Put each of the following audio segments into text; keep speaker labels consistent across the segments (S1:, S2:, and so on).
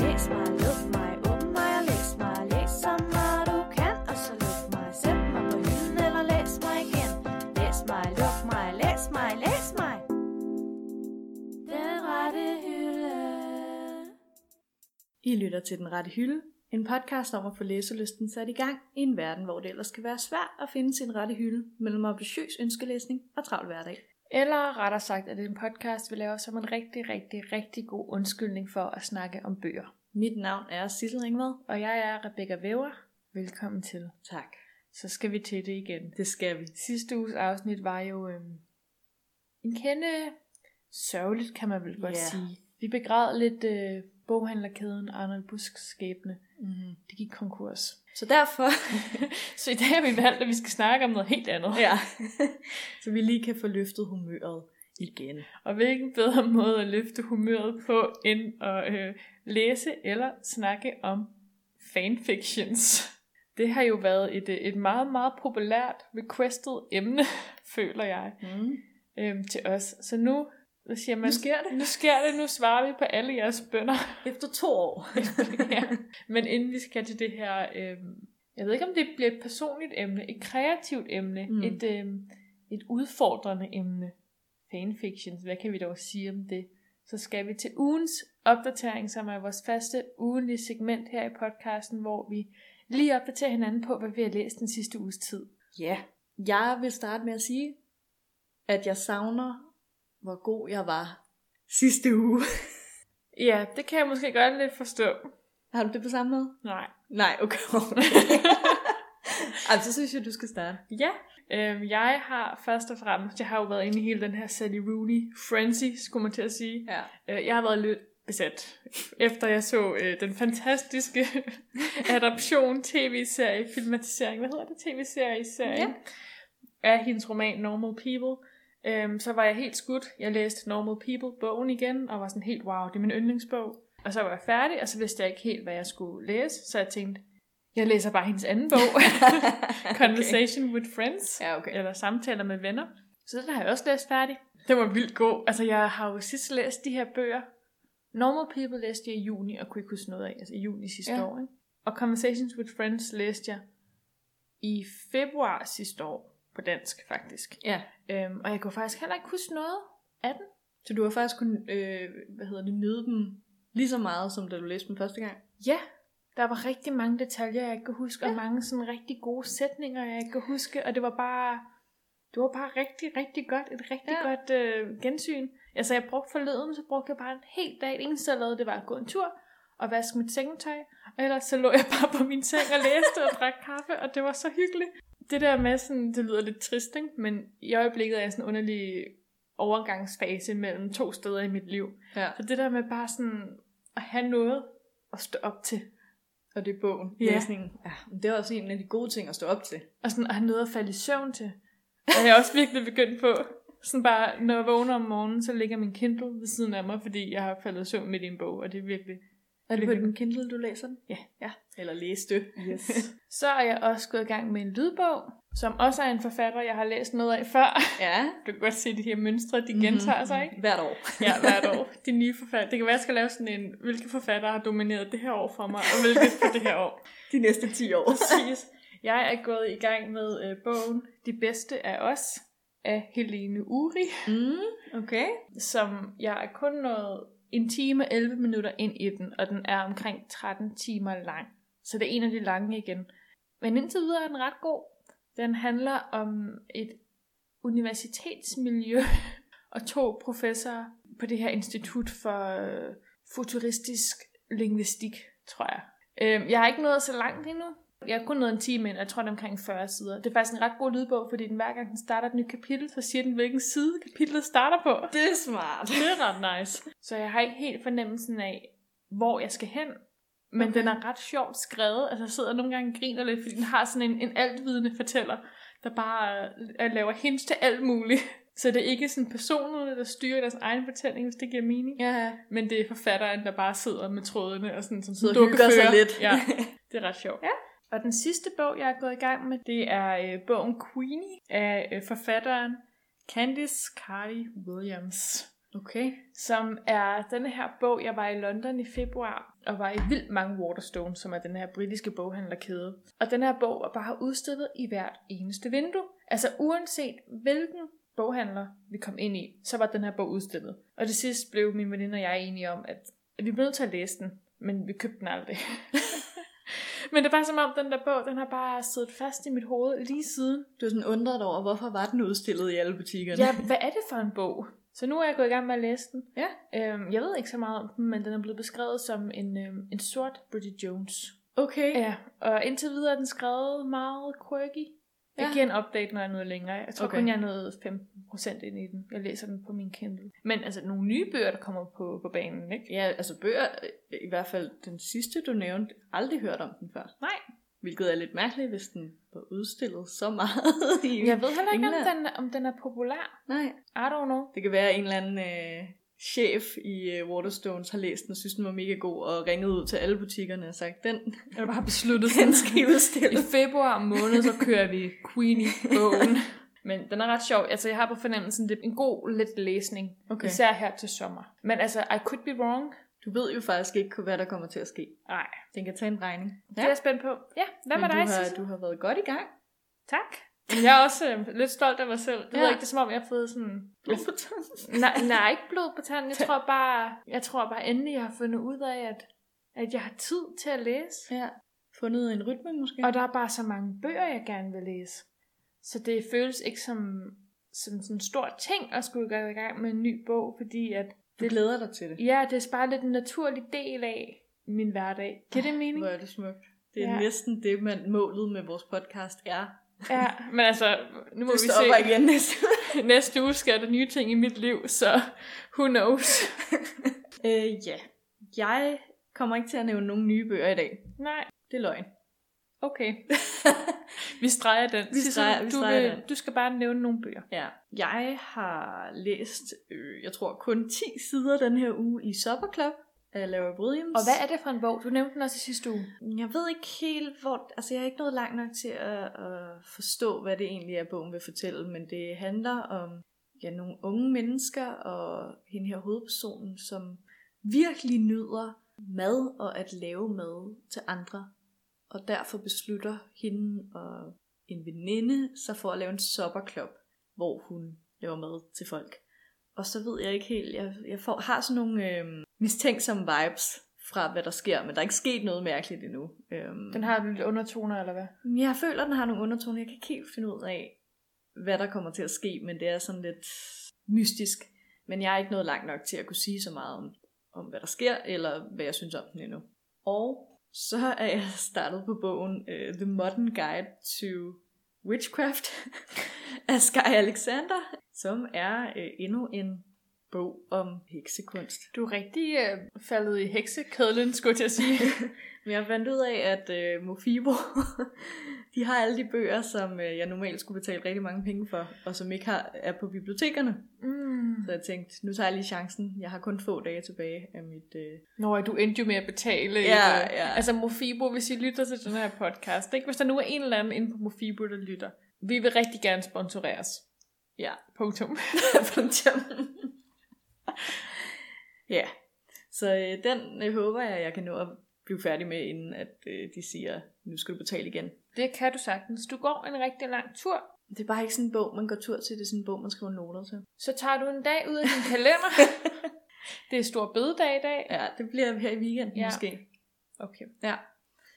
S1: læs mig, luk mig, åbn mig og læs mig. Læs så meget du kan, og så luk mig. Sæt mig på hylden eller læs mig igen. Læs mig, luk mig, læs mig, læs mig. Den rette hylde.
S2: I lytter til Den Rette Hylde, en podcast om at få læselysten sat i gang i en verden, hvor det ellers kan være svært at finde sin rette hylde mellem ambitiøs ønskelæsning og travl hverdag.
S3: Eller rettere sagt, at det er en podcast, vi laver som en rigtig, rigtig, rigtig god undskyldning for at snakke om bøger.
S2: Mit navn er Sissel Ringvad.
S3: Og jeg er Rebecca Væver. Velkommen til.
S2: Tak.
S3: Så skal vi til det igen.
S2: Det skal vi.
S3: Sidste uges afsnit var jo øhm, en kende sørgeligt, kan man vel godt
S2: Ja.
S3: sige. Vi begræd lidt øh, boghandlerkæden Arnold Busks skæbne.
S2: Mm-hmm.
S3: Det gik konkurs.
S2: Så derfor,
S3: Så i dag har vi valgt, at vi skal snakke om noget helt andet.
S2: ja. så vi lige kan få løftet humøret igen.
S3: Og hvilken bedre måde at løfte humøret på, end at øh, læse eller snakke om fanfictions. Det har jo været et, øh, et meget, meget populært requested emne, føler jeg,
S2: Mm.
S3: øhm, til os. Så nu hvad siger man,
S2: Nu sker det.
S3: nu sker det, nu svarer vi på alle jeres bønder.
S2: Efter to år.
S3: ja. Men inden vi skal til det her, øhm, jeg ved ikke om det bliver et personligt emne, et kreativt emne,
S2: Mm.
S3: mm. et, øhm, et udfordrende emne. Fanfictions, hvad kan vi dog sige om det? Så skal vi til ugens opdatering, som er vores faste ugenlige segment her i podcasten, hvor vi lige opdaterer hinanden på, hvad vi har læst den sidste uges tid.
S2: Ja. Jeg vil starte med at sige, at jeg savner, hvor god jeg var sidste uge.
S3: Ja, det kan jeg måske godt lidt forstå.
S2: Har du det på samme måde?
S3: Nej.
S2: Nej, okay. Ej, så synes jeg, du skal starte.
S3: Ja, øhm, jeg har først og fremmest, jeg har jo været inde i hele den her Sally Rooney frenzy, skulle man til at sige.
S2: Ja.
S3: Øh, Jeg har været lidt besat, efter jeg så øh, den fantastiske adaption tv-serie, filmatisering, hvad hedder det, tv-serie, serie
S2: Ja.
S3: ja. af hendes roman Normal People. Øhm, så var jeg helt skudt. Jeg læste Normal People-bogen igen, og var sådan helt, wow, det er min yndlingsbog. Og så var jeg færdig, og så vidste jeg ikke helt, hvad jeg skulle læse, så jeg tænkte, jeg læser bare hendes anden bog, Conversation okay. with Friends
S2: Ja, okay.
S3: eller samtaler med venner. Så den har jeg også læst færdig. Den var vildt god. Altså, jeg har jo sidst læst de her bøger. Normal People læste jeg i juni, og kunne ikke huske noget af, altså i juni sidste
S2: Ja.
S3: ja. år. Ikke? Og Conversations with Friends læste jeg i februar sidste år, på dansk faktisk.
S2: Ja.
S3: Øhm, og jeg kunne faktisk heller ikke huske noget af den.
S2: Så du har faktisk kun, øh, hvad hedder det, nyde dem lige så meget, som da du læste dem første gang?
S3: Ja, der var rigtig mange detaljer, jeg ikke kan huske, ja.
S2: Ja.
S3: og mange sådan rigtig gode sætninger, jeg ikke kan huske, og det var bare, det var bare rigtig, rigtig godt, et rigtig
S2: Ja.
S3: ja. godt øh, gensyn. Altså jeg brugte forleden, så brugte jeg bare en hel dag, det eneste jeg lavede, det var at gå en tur og vaske mit sengetøj, og ellers så lå jeg bare på min seng og læste og drak kaffe, og det var så hyggeligt. Det der med sådan, det lyder lidt trist, ikke? men i øjeblikket er jeg i sådan en underlig overgangsfase mellem to steder i mit liv.
S2: Ja.
S3: Så det der med bare sådan at have noget at stå op til.
S2: Og det er bogen,
S3: Ja.
S2: læsningen. Ja. men Det er også en af de gode ting at stå op til.
S3: Og sådan at have noget at falde i søvn til. Og jeg er også virkelig begyndt på. Sådan bare, når jeg vågner om morgenen, så ligger min Kindle ved siden af mig, fordi jeg har faldet i søvn midt i en bog, og det er virkelig...
S2: Er det på
S3: Virkelig.
S2: din Kindle, du læser den?
S3: Ja.
S2: ja. Eller læste. Yes.
S3: Så er jeg også gået i gang med en lydbog, som også er en forfatter, jeg har læst noget af før.
S2: ja. Mm-hmm.
S3: Du kan godt se de her mønstre,
S2: Mhm.
S3: de gentager sig, ikke?
S2: Hvert år.
S3: Ja, hvert år. De nye forfatter. Det kan være, jeg skal lave sådan en, hvilke forfattere har domineret det her år for mig, og hvilke for det her år.
S2: De næste 10 år.
S3: Præcis. Jeg er gået i gang med øh, bogen De Bedste af Os af Helene Uri,
S2: Mm, okay.
S3: som jeg er kun nået en time og 11 minutter ind i den, og den er omkring 13 timer lang. Så det er en af de lange igen. Men indtil videre er den ret god. Den handler om et universitetsmiljø og to professorer på det her institut for øh, futuristisk linguistik, tror jeg. Øhm, jeg har ikke nået så langt endnu. Jeg har kun nået en time ind, og jeg tror, det er omkring 40 sider. Det er faktisk en ret god lydbog, fordi den hver gang den starter et nyt kapitel, så siger den, hvilken side kapitlet starter på.
S2: Det er smart.
S3: Det er ret nice. Så jeg har ikke helt fornemmelsen af, hvor jeg skal hen. Men
S2: Okay.
S3: okay. den er ret sjovt skrevet. Altså jeg sidder nogle gange og griner lidt, fordi den har sådan en, en altvidende fortæller, der bare øh, laver hints til alt muligt. Så det er ikke sådan personerne, der styrer deres egen fortælling, hvis det giver mening.
S2: Ja.
S3: Men det er forfatteren, der bare sidder med trådene og sådan, som
S2: Så
S3: dukkefører.
S2: hygger sig lidt.
S3: Ja, det er ret sjovt. Ja. Og den sidste bog, jeg er gået i gang med, det er øh, bogen Queenie af øh, forfatteren Candice Cardi Williams.
S2: Okay.
S3: som er den her bog, jeg var i London i februar, og var i vildt mange Waterstone, som er den her britiske boghandlerkæde. Og den her bog er bare udstillet i hvert eneste vindue. Altså uanset hvilken boghandler vi kom ind i, så var den her bog udstillet. Og til sidst blev min veninde og jeg enige om, at vi blev nødt til at læse den, men vi købte den aldrig. men det var som om, den der bog, den har bare siddet fast i mit hoved lige siden.
S2: Du er sådan undret over, hvorfor var den udstillet i alle butikkerne?
S3: Ja, hvad er det for en bog? Så nu er jeg gået i gang med at læse den.
S2: Ja.
S3: Øhm, jeg ved ikke så meget om den, men den er blevet beskrevet som en, øhm, en sort Bridget Jones.
S2: Okay.
S3: Ja, og indtil videre er den skrevet meget quirky. Jeg
S2: Ja.
S3: giver en update, når jeg er nået længere. Jeg tror okay.
S2: Okay.
S3: kun, jeg er nået 15% ind i den. Jeg læser den på min Kindle. Men altså, nogle nye bøger, der kommer på, på banen, ikke?
S2: Ja, altså bøger, øh, i hvert fald den sidste, du nævnte, aldrig hørt om den før.
S3: Nej.
S2: Hvilket er lidt mærkeligt, hvis den var udstillet så meget. I...
S3: Jeg ved heller ikke, om
S2: England.
S3: den, om den er populær.
S2: Nej.
S3: I don't know.
S2: Det kan være, at en eller anden øh, chef i øh, Waterstones har læst den og synes, den var mega god, og ringet ud til alle butikkerne og sagt, den,
S3: Jeg har bare besluttet
S2: den skal I udstille.
S3: I februar måned, så kører vi Queenie-bogen. Men den er ret sjov. Altså, jeg har på fornemmelsen, det er en god let læsning. Okay.
S2: Okay.
S3: Især her til sommer. Men altså, I could be wrong.
S2: Du ved jo faktisk ikke, hvad der kommer til at ske.
S3: Nej,
S2: Den kan tage en regning.
S3: det er jeg spændt på. Ja, hvad med
S2: Men
S3: dig,
S2: du har,
S3: Sissel?
S2: du har været godt i gang.
S3: Tak. Men jeg er også øh, lidt stolt af mig selv. Det ja. ved
S2: Ja.
S3: jeg ikke, det er som om, jeg har fået sådan...
S2: Blodfortømmelse.
S3: Nej, nej, ikke blod på tanden. Jeg tror bare, jeg tror bare endelig, jeg har fundet ud af, at, at jeg har tid til at læse.
S2: Ja. Fundet en rytme måske?
S3: Og der er bare så mange bøger, jeg gerne vil læse. Så det føles ikke som, som sådan en stor ting at skulle gå i gang med en ny bog, fordi at,
S2: du glæder dig til det.
S3: ja, det er bare lidt en naturlig del af min hverdag. Giver det mening?
S2: Hvor er det smukt. Det er
S3: Ja.
S2: ja. næsten det, man målet med vores podcast er.
S3: Ja, men altså, nu må
S2: Du
S3: vi
S2: stopper
S3: se.
S2: igen næste
S3: Næste uge sker der nye ting i mit liv, så who knows?
S2: øh, ja. Jeg kommer ikke til at nævne nogen nye bøger i dag.
S3: Nej,
S2: Det er løgn.
S3: okay. Vi streger den.
S2: Vi streger- vi
S3: du,
S2: streger
S3: vil-
S2: den.
S3: du skal bare nævne nogle bøger.
S2: Ja. Jeg har læst, øh, jeg tror kun 10 sider den her uge i Supper Club af Laura Williams.
S3: Og hvad er det for en bog? Du nævnte den også i sidste uge.
S2: Jeg ved ikke helt, hvor... Altså, jeg er ikke nået langt nok til at, at forstå, hvad det egentlig er, bogen vil fortælle, men det handler om ja, nogle unge mennesker og hende her hovedpersonen, som virkelig nyder mad og at lave mad til andre. Og derfor beslutter hende og en veninde sig for at lave en supperklub, hvor hun laver mad til folk. Og så ved jeg ikke helt, jeg, jeg får, har sådan nogle øhm, mistænksomme vibes fra, hvad der sker, men der er ikke sket noget mærkeligt endnu. Øhm,
S3: Den har lidt undertoner, eller hvad?
S2: Jeg føler, den har nogle undertoner, jeg kan ikke helt finde ud af, hvad der kommer til at ske, men det er sådan lidt mystisk. Men jeg er ikke nået langt nok til at kunne sige så meget om, om hvad der sker, eller hvad jeg synes om den endnu. Og så er jeg startet på bogen uh, The Modern Guide to Witchcraft af Sky Alexander, som er uh, endnu en bog om heksekunst.
S3: Du er rigtig øh, faldet i heksekædlen, skulle jeg til at sige.
S2: Men jeg fandt ud af, at øh, Mofibo, de har alle de bøger, som øh, jeg normalt skulle betale rigtig mange penge for, og som ikke har, er på bibliotekerne.
S3: mm.
S2: Så jeg tænkte, nu tager jeg lige chancen. Jeg har kun få dage tilbage af mit... Øh...
S3: Nå, ja, du endte jo med at betale.
S2: Ja,
S3: øh,
S2: ja.
S3: Altså Mofibo, hvis I lytter til den her podcast, ikke? hvis der nu er en eller anden inde på Mofibo, der lytter, vi vil rigtig gerne sponsoreres.
S2: Ja.
S3: Punktum.
S2: punktum. ja, så øh, den øh, håber jeg, jeg kan nå at blive færdig med, inden at øh, de siger, nu skal du betale igen.
S3: Det kan du sagtens. Du går en rigtig lang tur,
S2: Det er bare ikke sådan en bog, man går tur til. Det er sådan en bog, man skriver noter til.
S3: så tager du en dag ud af din kalender. det er stor bededag i dag.
S2: Ja, det bliver her i weekenden
S3: Ja.
S2: ja. måske.
S3: Okay.
S2: Ja.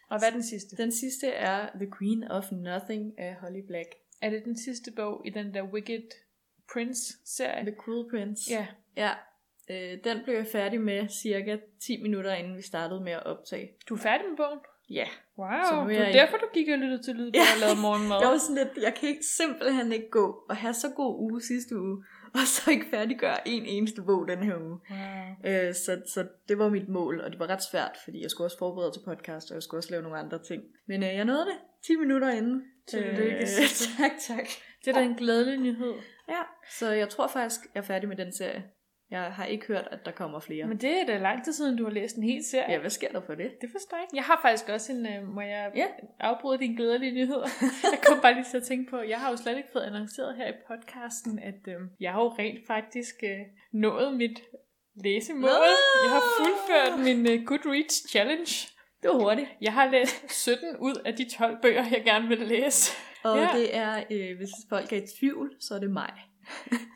S3: Og hvad er den sidste?
S2: Den sidste er The Queen of Nothing af Holly Black.
S3: Er det den sidste bog i den der Wicked Prince-serie?
S2: The Cool Prince.
S3: Ja.
S2: ja. Øh, den blev jeg færdig med cirka 10 minutter, inden vi startede med at optage.
S3: Du er færdig med bogen?
S2: Ja.
S3: Wow,
S2: Så nu er
S3: det er
S2: jeg-
S3: derfor, du gik og lyttede til lydbog og
S2: Ja.
S3: lavede morgenmad.
S2: Jeg var sådan lidt, jeg kan ikke, simpelthen ikke gå og have så god uge sidste uge, og så ikke færdiggøre en eneste bog den her uge.
S3: Wow.
S2: Øh, så, så det var mit mål, og det var ret svært, fordi jeg skulle også forberede til podcast, og jeg skulle også lave nogle andre ting. Men øh, jeg nåede det 10 minutter inden.
S3: Tillykke,
S2: Øh,
S3: Sisse.
S2: tak, tak.
S3: Det er da en glædelig nyhed.
S2: Ja, så jeg tror faktisk, jeg er færdig med den serie. Jeg har ikke hørt, at der kommer flere.
S3: Men det er da lang tid siden, du har læst en hel serie.
S2: Ja, hvad sker der for det?
S3: Det forstår jeg ikke. Jeg har faktisk også en, øh, må jeg
S2: Ja.
S3: afbryde dine glædelige nyheder? jeg kom bare lige til at tænke på, jeg har jo slet ikke fået annonceret her i podcasten, at øh, jeg har jo rent faktisk øh, nået mit læsemål.
S2: Nå!
S3: Jeg har fuldført min øh, Goodreads Challenge.
S2: Det var hurtigt.
S3: Jeg har læst 17 ud af de 12 bøger, jeg gerne vil læse.
S2: Og
S3: Ja.
S2: ja. det er, øh, hvis folk er i tvivl, så er det mig.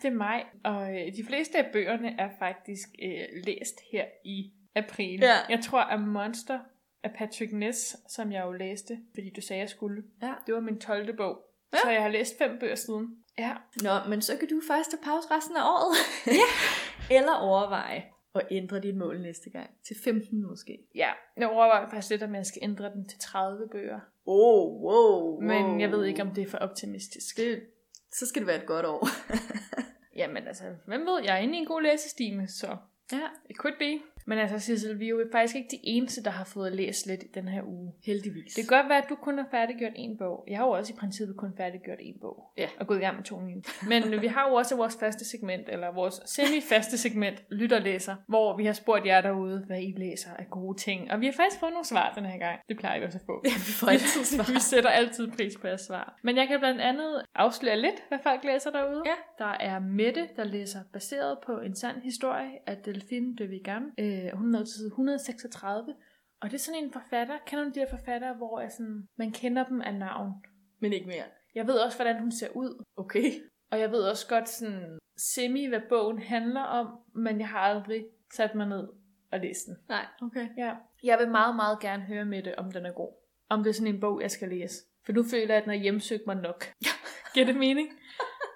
S3: Det er mig, og øh, de fleste af bøgerne er faktisk øh, læst her i april.
S2: Ja.
S3: Jeg tror, at Monster af Patrick Ness, som jeg jo læste, fordi du sagde, jeg skulle,
S2: Ja.
S3: det var min 12. bog.
S2: Ja.
S3: Så jeg har læst fem bøger siden. Ja,
S2: Nå, men så kan du faktisk tage pause resten af året. ja. Eller overveje at ændre dit mål næste gang. Til 15 måske.
S3: ja. jeg overvejer faktisk lidt, om jeg skal ændre den til 30 bøger.
S2: Oh, wow,
S3: Men jeg ved ikke, om det er for optimistisk.
S2: Det, så skal det være et godt år.
S3: Jamen altså, hvem ved, jeg er inde i en god læsestime, så
S2: ja,
S3: it could be. Men altså, Sissel, vi er jo faktisk ikke de eneste, der har fået læst lidt i den her uge.
S2: heldigvis.
S3: Det kan godt være, at du kun har færdiggjort en bog. Jeg har jo også i princippet kun færdiggjort en bog.
S2: Ja.
S3: Og gået i gang med to nye. Men øh, vi har jo også vores faste segment, eller vores semi-faste segment, lytterlæser, hvor vi har spurgt jer derude, hvad I læser af gode ting. Og vi har faktisk fået nogle svar den her gang. Det plejer vi også at få.
S2: Ja, vi får altid svar.
S3: vi sætter altid pris på jeres svar. Men jeg kan blandt andet afsløre lidt, hvad folk læser derude.
S2: Ja.
S3: Der er Mette, der læser baseret på en sand historie af Delphine de Vigan. Øh, hun er nået til side 136. Og det er sådan en forfatter, kender du de her forfattere, hvor jeg sådan, man kender dem af navn.
S2: Men ikke mere.
S3: Jeg ved også, hvordan hun ser ud.
S2: Okay.
S3: Og jeg ved også godt sådan semi, hvad bogen handler om, men jeg har aldrig sat mig ned og læst den.
S2: Nej, okay.
S3: Ja. Jeg vil meget, meget gerne høre med det, om den er god. Om det er sådan en bog, jeg skal læse. For nu føler jeg, at den har hjemsøgt mig nok. Giver det mening?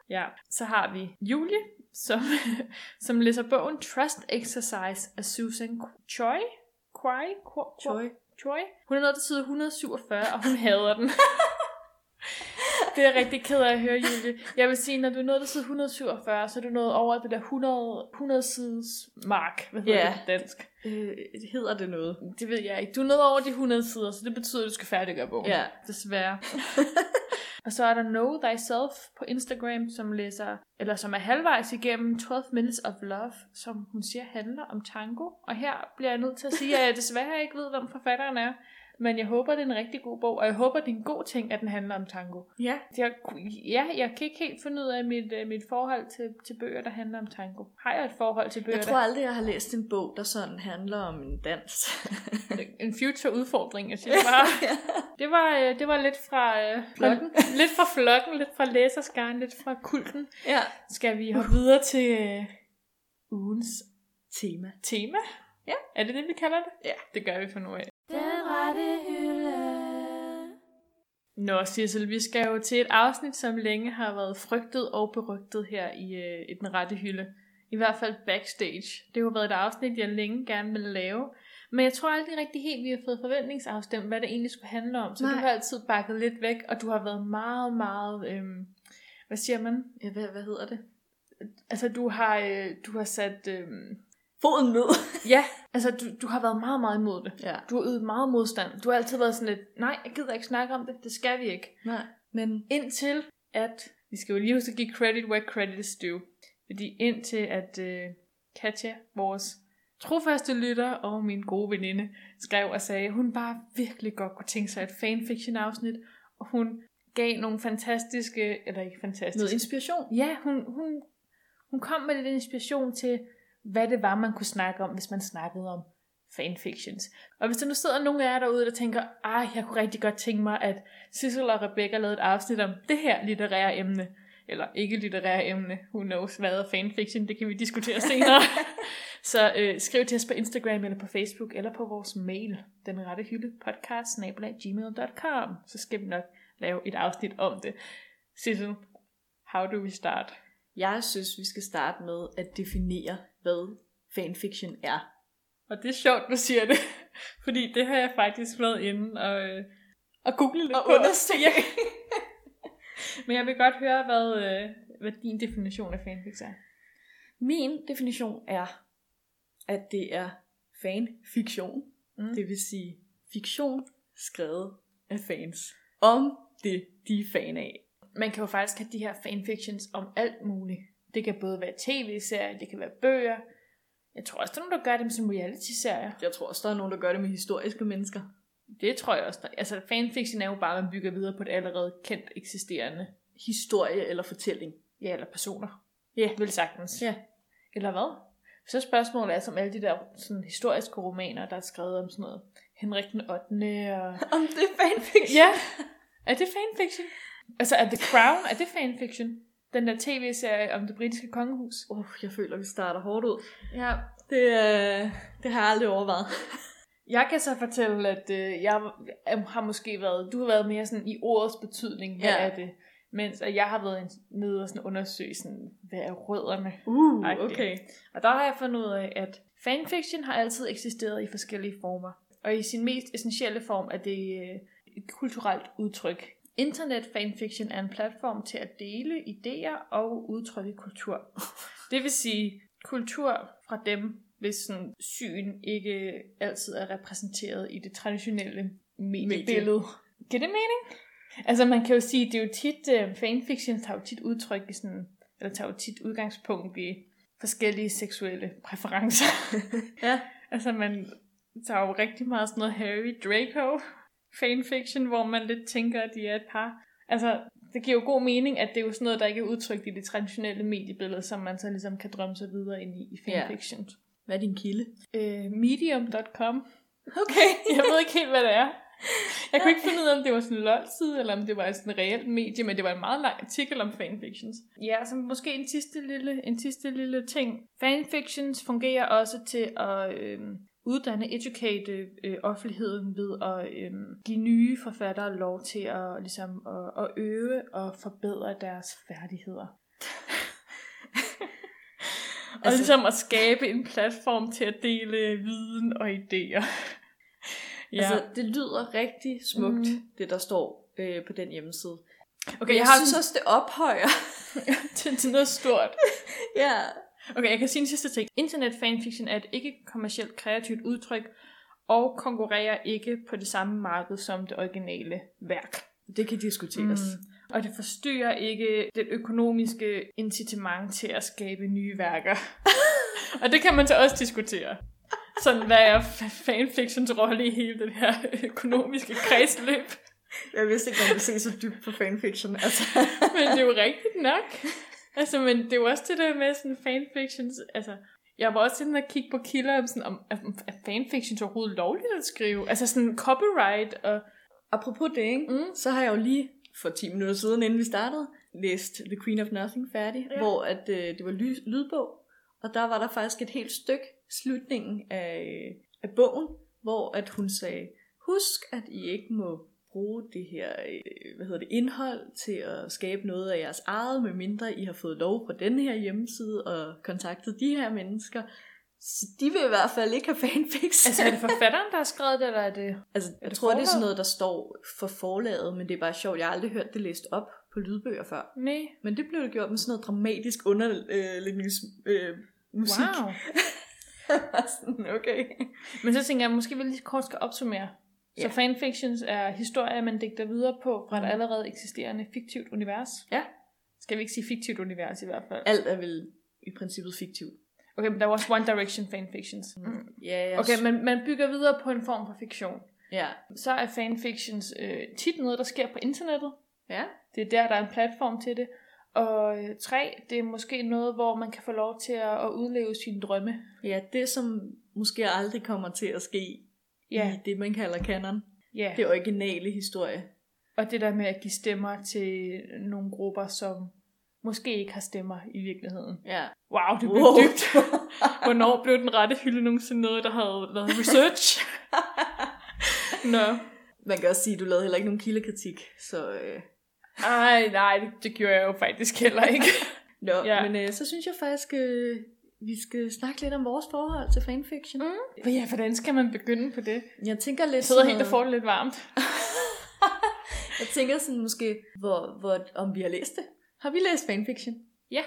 S3: ja. Så har vi Julie, som, som læser bogen Trust Exercise af Susan Choi. Choi? Choi?
S2: Joy.
S3: Choi. Hun er nået til side 147, og hun hader den. det er jeg rigtig ked af at høre, Julie. Jeg vil sige, når du er nået til side 147, så er du nået over det der 100, 100 sides mark. Hvad hedder
S2: Ja.
S3: det på dansk?
S2: Øh, hedder det noget?
S3: Det ved jeg ikke. Du er nede over de 100 sider, så det betyder, at du skal færdiggøre bogen.
S2: Ja.
S3: Desværre. og så er der Know Thyself på Instagram, som læser, eller som er halvvejs igennem 12 Minutes of Love, som hun siger handler om tango. Og her bliver jeg nødt til at sige, at jeg desværre ikke ved, hvem forfatteren er. Men jeg håber, det er en rigtig god bog, og jeg håber, det er en god ting, at den handler om tango.
S2: Ja.
S3: Jeg, ja, jeg kan ikke helt finde ud af mit, øh, mit forhold til, til bøger, der handler om tango. Har jeg et forhold til bøger,
S2: Jeg
S3: der
S2: tror aldrig, jeg har læst en bog, der sådan handler om en dans.
S3: en future udfordring, jeg siger det bare. Det var, øh, det var lidt fra øh,
S2: Flokken.
S3: fra- lidt fra flokken, lidt fra læserskaren, lidt fra kulten.
S2: ja.
S3: Skal vi hoppe videre til øh, ugens
S2: Tema.
S3: tema?
S2: Ja.
S3: Er det det, vi kalder det?
S2: Ja.
S3: Det gør vi for nu af.
S1: Den rette hylde.
S3: Nå, Sissel, vi skal jo til et afsnit, som længe har været frygtet og berygtet her i, øh, i den rette hylde. I hvert fald backstage. Det har jo været et afsnit, jeg længe gerne ville lave. Men jeg tror aldrig rigtig helt, vi har fået forventningsafstemt, hvad det egentlig skulle handle om. Så Nej.
S2: Nej.
S3: du har altid bakket lidt væk, og du har været meget, meget... Øhm, hvad siger man?
S2: Ja, hvad, hvad hedder det?
S3: Altså, du har, øh, du har sat... Øhm,
S2: Foden ned.
S3: ja, altså, du, du har været meget, meget imod det.
S2: ja.
S3: Du har ydet meget modstand. Du har altid været sådan lidt, nej, jeg gider ikke snakke om det. Det skal vi ikke.
S2: Nej. Men
S3: Indtil at, vi skal jo lige huske at give credit where credit is due. Fordi indtil at øh, Katja, vores trofaste lytter og min gode veninde, skrev og sagde, at hun bare virkelig godt kunne tænke sig et fanfiction afsnit. Og hun gav nogle fantastiske, eller ikke
S2: noget
S3: fantastiske,
S2: inspiration.
S3: ja, hun, hun, hun kom med lidt inspiration til, hvad det var, man kunne snakke om, hvis man snakkede om fanfictions. Og hvis der nu sidder nogen af jer derude, der tænker, ej, jeg kunne rigtig godt tænke mig, at Sissel og Rebecca lavede et afsnit om det her litterære emne, eller ikke litterære emne, who knows, hvad er fanfiction, det kan vi diskutere senere. Så øh, skriv til os på Instagram eller på Facebook eller på vores mail, den rette hylde podcast, gmail.com, så skal vi nok lave et afsnit om det. Sissel, How do we start?
S2: Jeg synes, vi skal starte med at definere, hvad fanfiction er.
S3: Og det er sjovt, du siger det, fordi det har jeg faktisk været inde og, øh, og google lidt
S2: Og
S3: på.
S2: undersøge.
S3: Ja. Men jeg vil godt høre, hvad, øh, hvad din definition af fanfics er.
S2: Min definition er, at det er fanfiktion,
S3: Mm.
S2: det vil sige fiktion skrevet af fans, om det, de er fan af.
S3: Man kan jo faktisk have de her fanfictions om alt muligt. Det kan både være tv-serier, det kan være bøger. Jeg tror også, der er nogen, der gør dem som reality-serier.
S2: Jeg tror også, der er nogen, der gør det med historiske mennesker.
S3: Det tror jeg også. Der. Altså, fanfiction er jo bare, at man bygger videre på et allerede kendt eksisterende.
S2: Historie eller fortælling.
S3: Ja, eller personer.
S2: Ja.
S3: Vel sagtens.
S2: Ja.
S3: Eller hvad? Så spørgsmålet er, som alle de der sådan, historiske romaner, der er skrevet om sådan noget. Henrik den 8. og...
S2: Om det er fanfiction.
S3: ja, er det fanfiction? Altså, er The Crown, er det fanfiction? Den der tv-serie om det britiske kongehus.
S2: Uh, jeg føler, vi starter hårdt ud.
S3: Ja.
S2: Det, øh, det har jeg aldrig overvejet.
S3: Jeg kan så fortælle, at øh, jeg øh, har måske været, du har været mere sådan i ordets betydning, hvad
S2: Ja.
S3: ja. er det? Mens at jeg har været en, nede og sådan undersøge, sådan, hvad er rødderne?
S2: Uh,
S3: okay. Og der har jeg fundet ud af, at fanfiction har altid eksisteret i forskellige former. Og i sin mest essentielle form er det øh, et kulturelt udtryk. Internet fanfiction er en platform til at dele idéer og udtrykke kultur. Det vil sige kultur fra dem, hvis sådan, syn ikke altid er repræsenteret i det traditionelle mediebillede. Giver det mening? Altså man kan jo sige, det er jo tit, øh, fanfiction tager jo tit udtryk i sådan, eller tager jo tit udgangspunkt i forskellige seksuelle præferencer.
S2: Ja.
S3: altså man tager jo rigtig meget sådan noget Harry Draco fanfiction, hvor man lidt tænker, at de er et par. Altså, det giver jo god mening, at det er jo sådan noget, der ikke er udtrykt i det traditionelle mediebillede, som man så ligesom kan drømme sig videre ind i i
S2: Ja.
S3: fanfiction.
S2: Hvad er din kilde?
S3: Ja. Øh, medium.com.
S2: Okay.
S3: Jeg ved ikke helt, hvad det er. Jeg kunne ikke finde ud af, om det var sådan en lol-side, eller om det var sådan en reelt medie, men det var en meget lang artikel om fanfictions. Ja, så måske en sidste lille, en sidste lille ting. Fanfictions fungerer også til at øhm, uddanne, educate øh, offentligheden ved at øhm, give nye forfattere lov til at, ligesom, at, at øve og forbedre deres færdigheder. og
S2: Altså-
S3: altså... ligesom at skabe en platform til at dele viden og idéer.
S2: Ja. Altså, det lyder rigtig smukt, mm.
S3: Mhm.
S2: det der står øh, på den hjemmeside. Okay,
S3: Okay,
S2: jeg, jeg synes også, det ophøjer.
S3: til, til noget stort.
S2: ja.
S3: Okay, jeg kan sige en sidste ting. Internet fanfiction er et ikke kommercielt kreativt udtryk, og konkurrerer ikke på det samme marked som det originale værk.
S2: Det kan diskuteres. Mm.
S3: Og det forstyrrer ikke det økonomiske incitament til at skabe nye værker. og det kan man så også diskutere. Sådan, hvad er fa- fanfictions rolle i hele det her økonomiske kredsløb?
S2: Jeg vidste ikke, man kunne se så dybt på fanfiction. Altså.
S3: men det er jo rigtigt nok. Altså, men det er jo også det der med sådan fanfictions, altså... Jeg var også inde og kigge på kilder om, sådan, om, om er fanfictions overhovedet lovligt at skrive. Altså sådan copyright og...
S2: Apropos det, ikke?
S3: Mm.
S2: så har jeg jo lige for 10 minutter siden, inden vi startede, læst The Queen of Nothing færdig, ja.
S3: Ja.
S2: hvor at, øh, det var ly- lydbog, og der var der faktisk et helt stykke slutningen af, af bogen, hvor at hun sagde, husk at I ikke må bruge det her øh, hvad hedder det, indhold til at skabe noget af jeres eget, medmindre I har fået lov på denne her hjemmeside og kontaktet de her mennesker. Så de vil i hvert fald ikke have fanfics.
S3: Altså er det forfatteren, der har skrevet det, eller er det...
S2: Altså, jeg
S3: det
S2: tror, det er sådan
S3: forlaget?
S2: noget, der står for forlaget, men det er bare sjovt. Jeg har aldrig hørt det læst op på lydbøger før.
S3: Nej.
S2: Men det blev det gjort med sådan noget dramatisk underlægningsmusik. Øh, musik.
S3: Wow.
S2: sådan, okay.
S3: Men så tænker jeg, at måske vi lige kort skal opsummere. Så
S2: Ja.
S3: fanfictions er historier, man digter videre på fra et
S2: Mm.
S3: allerede eksisterende fiktivt univers.
S2: Ja.
S3: Skal vi ikke sige fiktivt univers i hvert fald?
S2: Alt er vel i princippet fiktivt.
S3: Okay, men der er også One Direction fanfictions. Mm.
S2: Ja, jeg
S3: Okay, men man bygger videre på en form for fiktion.
S2: Ja.
S3: Så er fanfictions øh, tit noget, der sker på internettet.
S2: Ja.
S3: Det er der, der er en platform til det. Og øh, tre, det er måske noget, hvor man kan få lov til at, at udleve sine drømme.
S2: ja, det som måske aldrig kommer til at ske ja. i
S3: Ja,
S2: det, man kalder kanon.
S3: ja.
S2: Mm. Det originale historie.
S3: Og det der med at give stemmer til nogle grupper, som måske ikke har stemmer i virkeligheden.
S2: Ja.
S3: Wow, det blev
S2: Wow.
S3: wow. dybt. Hvornår blev den rette hylde nogensinde noget, der havde været research? Nå.
S2: Man kan også sige, at du lavede heller ikke nogen kildekritik, så... Øh...
S3: Ej, nej, det, det gjorde jeg jo faktisk heller ikke.
S2: Nå, ja.
S3: Ja.
S2: men øh, så synes jeg faktisk, øh, vi skal snakke lidt om vores forhold til fanfiction. Mm.
S3: Men ja, hvordan skal man begynde på det?
S2: Jeg tænker lidt
S3: Jeg sidder
S2: sådan
S3: helt og får
S2: noget-
S3: det lidt varmt.
S2: Jeg tænker sådan måske, hvor, hvor, om vi har læst det. Har vi læst fanfiction?
S3: Ja.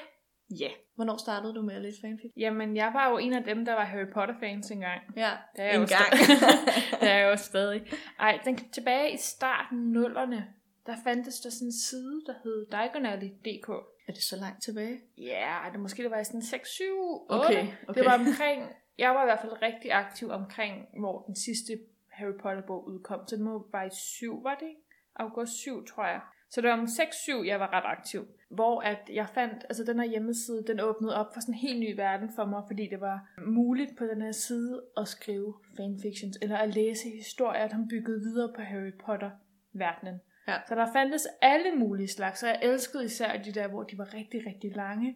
S2: Ja. Hvornår startede du med at læse fanfiction?
S3: Jamen, jeg var jo en af dem, der var Harry Potter-fans engang.
S2: Ja,
S3: Det er jeg jo sta- det er jeg jo stadig. Ej, den, tilbage i starten nullerne, der fandtes der sådan en side, der hed Diagonally.dk.
S2: er Er det så langt tilbage?
S3: Ja, yeah, det måske det var i sådan 6, 7, 8.
S2: Okay, okay.
S3: Okay. Det var omkring, jeg var i hvert fald rigtig aktiv omkring, hvor den sidste Harry Potter-bog udkom. Så den må var i 7, var det ikke? August 7, tror jeg. Så det var om 6-7, jeg var ret aktiv. Hvor at jeg fandt, altså den her hjemmeside, den åbnede op for sådan en helt ny verden for mig, fordi det var muligt på den her side at skrive fanfictions, eller at læse historier, der byggede videre på Harry Potter-verdenen.
S2: Ja.
S3: Så der fandtes alle mulige slags, og jeg elskede især de der, hvor de var rigtig, rigtig lange.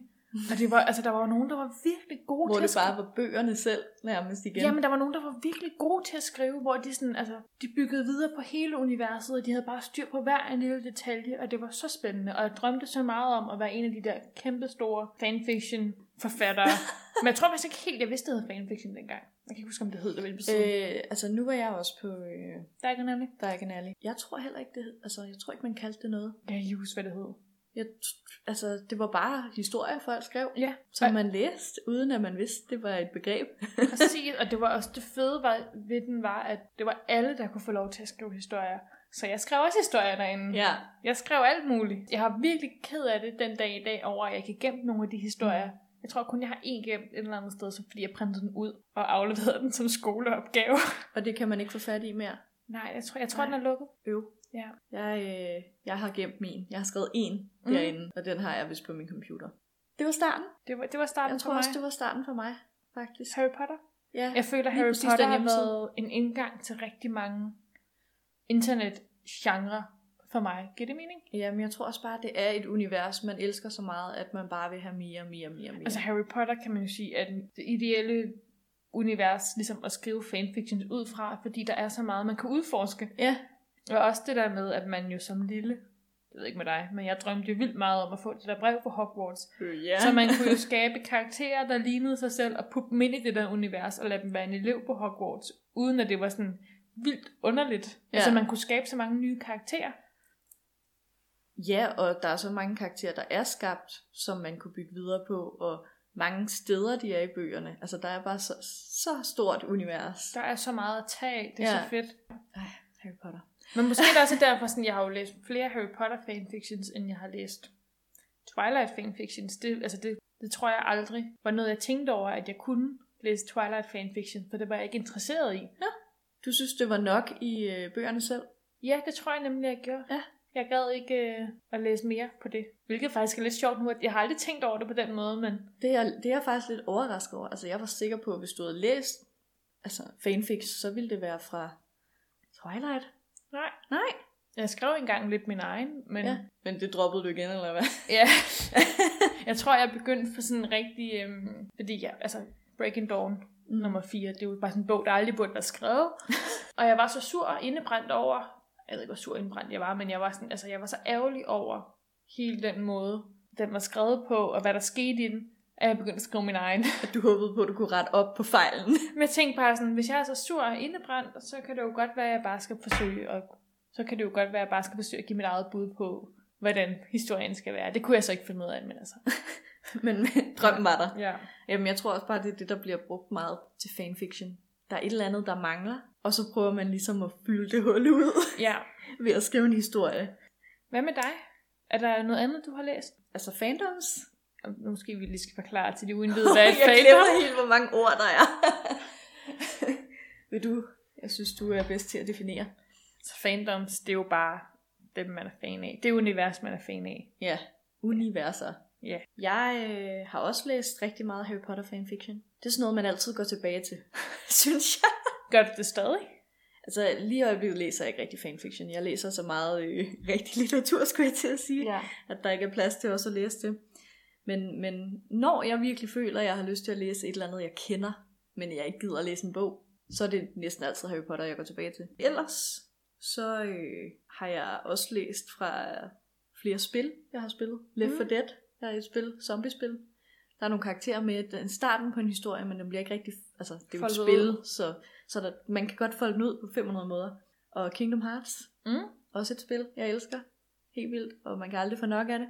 S3: Og det var, altså, der var jo nogen, der var virkelig gode
S2: Hvor
S3: til at
S2: det
S3: skrive.
S2: bare var bøgerne selv nærmest igen.
S3: Jamen, der var nogen, der var virkelig gode til at skrive, hvor de, sådan, altså, de byggede videre på hele universet, og de havde bare styr på hver en lille detalje, og det var så spændende. Og jeg drømte så meget om at være en af de der kæmpe store fanfiction-forfattere. Men jeg tror faktisk ikke helt, jeg vidste, det hed fanfiction dengang. Jeg kan ikke huske, om det hed det vel på siden. Øh.
S2: øh, altså nu var jeg også på øh,
S3: Der er ikke nemlig.
S2: Dragon Alley. Jeg tror heller ikke, det hed, altså jeg tror ikke, man kaldte det noget.
S3: Jeg kan ikke huske, hvad det hed.
S2: Jeg, t- altså det var bare historier, folk skrev,
S3: Ja,
S2: som man læste, uden at man vidste, det var et begreb.
S3: Præcis, og det var også det fede var, ved den var, at det var alle, der kunne få lov til at skrive historier. Så jeg skrev også historier derinde.
S2: ja.
S3: Jeg skrev alt muligt. Jeg har virkelig ked af det den dag i dag over, at jeg ikke har gemt nogle af de historier. Jeg tror kun, jeg har en gemt et eller andet sted, så fordi jeg printede den ud og afleverede den som skoleopgave.
S2: Og det kan man ikke få fat i mere.
S3: Nej, jeg tror, jeg
S2: Nej.
S3: tror den er lukket.
S2: Øv.
S3: Ja.
S2: Jeg, øh, jeg har gemt min. Jeg har skrevet en
S3: Mm.
S2: derinde, og den har jeg vist på min computer. Det var starten.
S3: Det var, det var starten
S2: Jeg
S3: for
S2: tror
S3: mig.
S2: også, det var starten for mig, faktisk.
S3: Harry Potter.
S2: Ja.
S3: Jeg føler, at
S2: Lige
S3: Harry
S2: præcis
S3: Potter
S2: den
S3: har
S2: hjemmeside.
S3: været en indgang til rigtig mange internetgenre for mig. Giver det mening?
S2: Jamen, jeg tror også bare, det er et univers, man elsker så meget, at man bare vil have mere, mere, mere, mere.
S3: Altså Harry Potter kan man jo sige er den- det ideelle univers ligesom at skrive fanfictions ud fra, fordi der er så meget, man kan udforske.
S2: ja,
S3: Og også det der med, at man jo som lille, jeg ved ikke med dig, men jeg drømte jo vildt meget om at få det der brev fra Hogwarts.
S2: ja.
S3: Ja. Så man kunne jo skabe karakterer, der lignede sig selv, og putte dem ind i det der univers, og lade dem være en elev på Hogwarts, uden at det var sådan vildt underligt.
S2: Ja.
S3: Ja. Altså man kunne skabe så mange nye karakterer.
S2: ja, og der er så mange karakterer, der er skabt, som man kunne bygge videre på, og mange steder, de er i bøgerne. Altså, der er bare så, så stort univers.
S3: Der er så meget at tage af, det er ja.
S2: Ja.
S3: så fedt.
S2: Harry Potter.
S3: Men måske er det også derfor, sådan, jeg har jo læst flere Harry Potter fanfictions, end jeg har læst Twilight fanfictions. Det, altså det, det tror jeg aldrig var noget, jeg tænkte over, at jeg kunne læse Twilight fanfiction, for det var jeg ikke interesseret i.
S2: Du synes, det var nok i øh, bøgerne selv?
S3: Ja, det tror jeg nemlig, jeg gjorde.
S2: Ja.
S3: Jeg gad ikke øh, at læse mere på det. Hvilket faktisk er lidt sjovt nu, at jeg har aldrig tænkt over det på den måde, men
S2: Det er, det er jeg faktisk lidt overrasket over. Altså, jeg var sikker på, at hvis du havde læst altså, fanfics, så ville det være fra Twilight.
S3: nej.
S2: Nej.
S3: Jeg skrev engang lidt min egen, men ja.
S2: Men det droppede du igen, eller hvad?
S3: Ja. jeg tror, jeg begyndte på sådan en rigtig... Øhm, fordi jeg, altså, Breaking Dawn mm. nummer 4, det er jo bare sådan en bog, der aldrig burde være skrevet. og jeg var så sur og indebrændt over... Jeg ved ikke, hvor sur og indebrændt jeg var, men jeg var, sådan, altså, jeg var så ærgerlig over hele den måde, den var skrevet på, og hvad der skete i den, at jeg begyndte at skrive min egen.
S2: At du håbede på, at du kunne rette op på fejlen.
S3: Men jeg tænkte bare sådan, hvis jeg er så sur og indebrændt, så kan det jo godt være, at jeg bare skal forsøge at, så kan det jo godt være, at jeg bare skal forsøge at give mit eget bud på, hvordan historien skal være. Det kunne jeg så ikke finde ud af, men altså.
S2: Men øh, drømmen var der.
S3: Ja.
S2: Jamen, jeg tror også bare, det er det, der bliver brugt meget til fanfiction. Der er et eller andet, der mangler, og så prøver man ligesom at fylde det hul ud
S3: Ja.
S2: ved at skrive en historie.
S3: Hvad med dig? Er der noget andet, du har læst?
S2: Altså fandoms?
S3: Og Måske vi lige skal forklare til de uindvidede, hvad et
S2: jeg
S3: fandom
S2: glemmer helt, hvor mange ord der er. Vil du? Jeg synes, du er bedst til at definere.
S3: Så fandoms, det er jo bare dem, man er fan af. Det univers, man er fan af.
S2: Ja, universer.
S3: Ja.
S2: Jeg øh, har også læst rigtig meget Harry Potter fanfiction. Det er sådan noget, man altid går tilbage til, synes jeg.
S3: Gør du det stadig?
S2: Altså, lige i øjeblikket læser jeg ikke rigtig fanfiction. Jeg læser så meget øh, rigtig litteratur, skulle jeg til at sige,
S3: Ja.
S2: at der ikke er plads til også at læse det. Men, men når jeg virkelig føler, at jeg har lyst til at læse et eller andet, jeg kender, men jeg ikke gider at læse en bog, så er det næsten altid Harry Potter, jeg går tilbage til. Ellers, så øh, har jeg også læst fra flere spil, jeg har spillet. Left
S3: Mm.
S2: 4 Dead er et spil, zombiespil. Der er nogle karakterer med at den er starten på en historie, men den bliver ikke rigtig... Altså, det er jo et
S3: Foldet ud.
S2: spil, så, så der, man kan godt folde den ud på 500 måder. Og Kingdom Hearts,
S3: Mm.
S2: også et spil, jeg elsker helt vildt, og man kan aldrig få nok af det.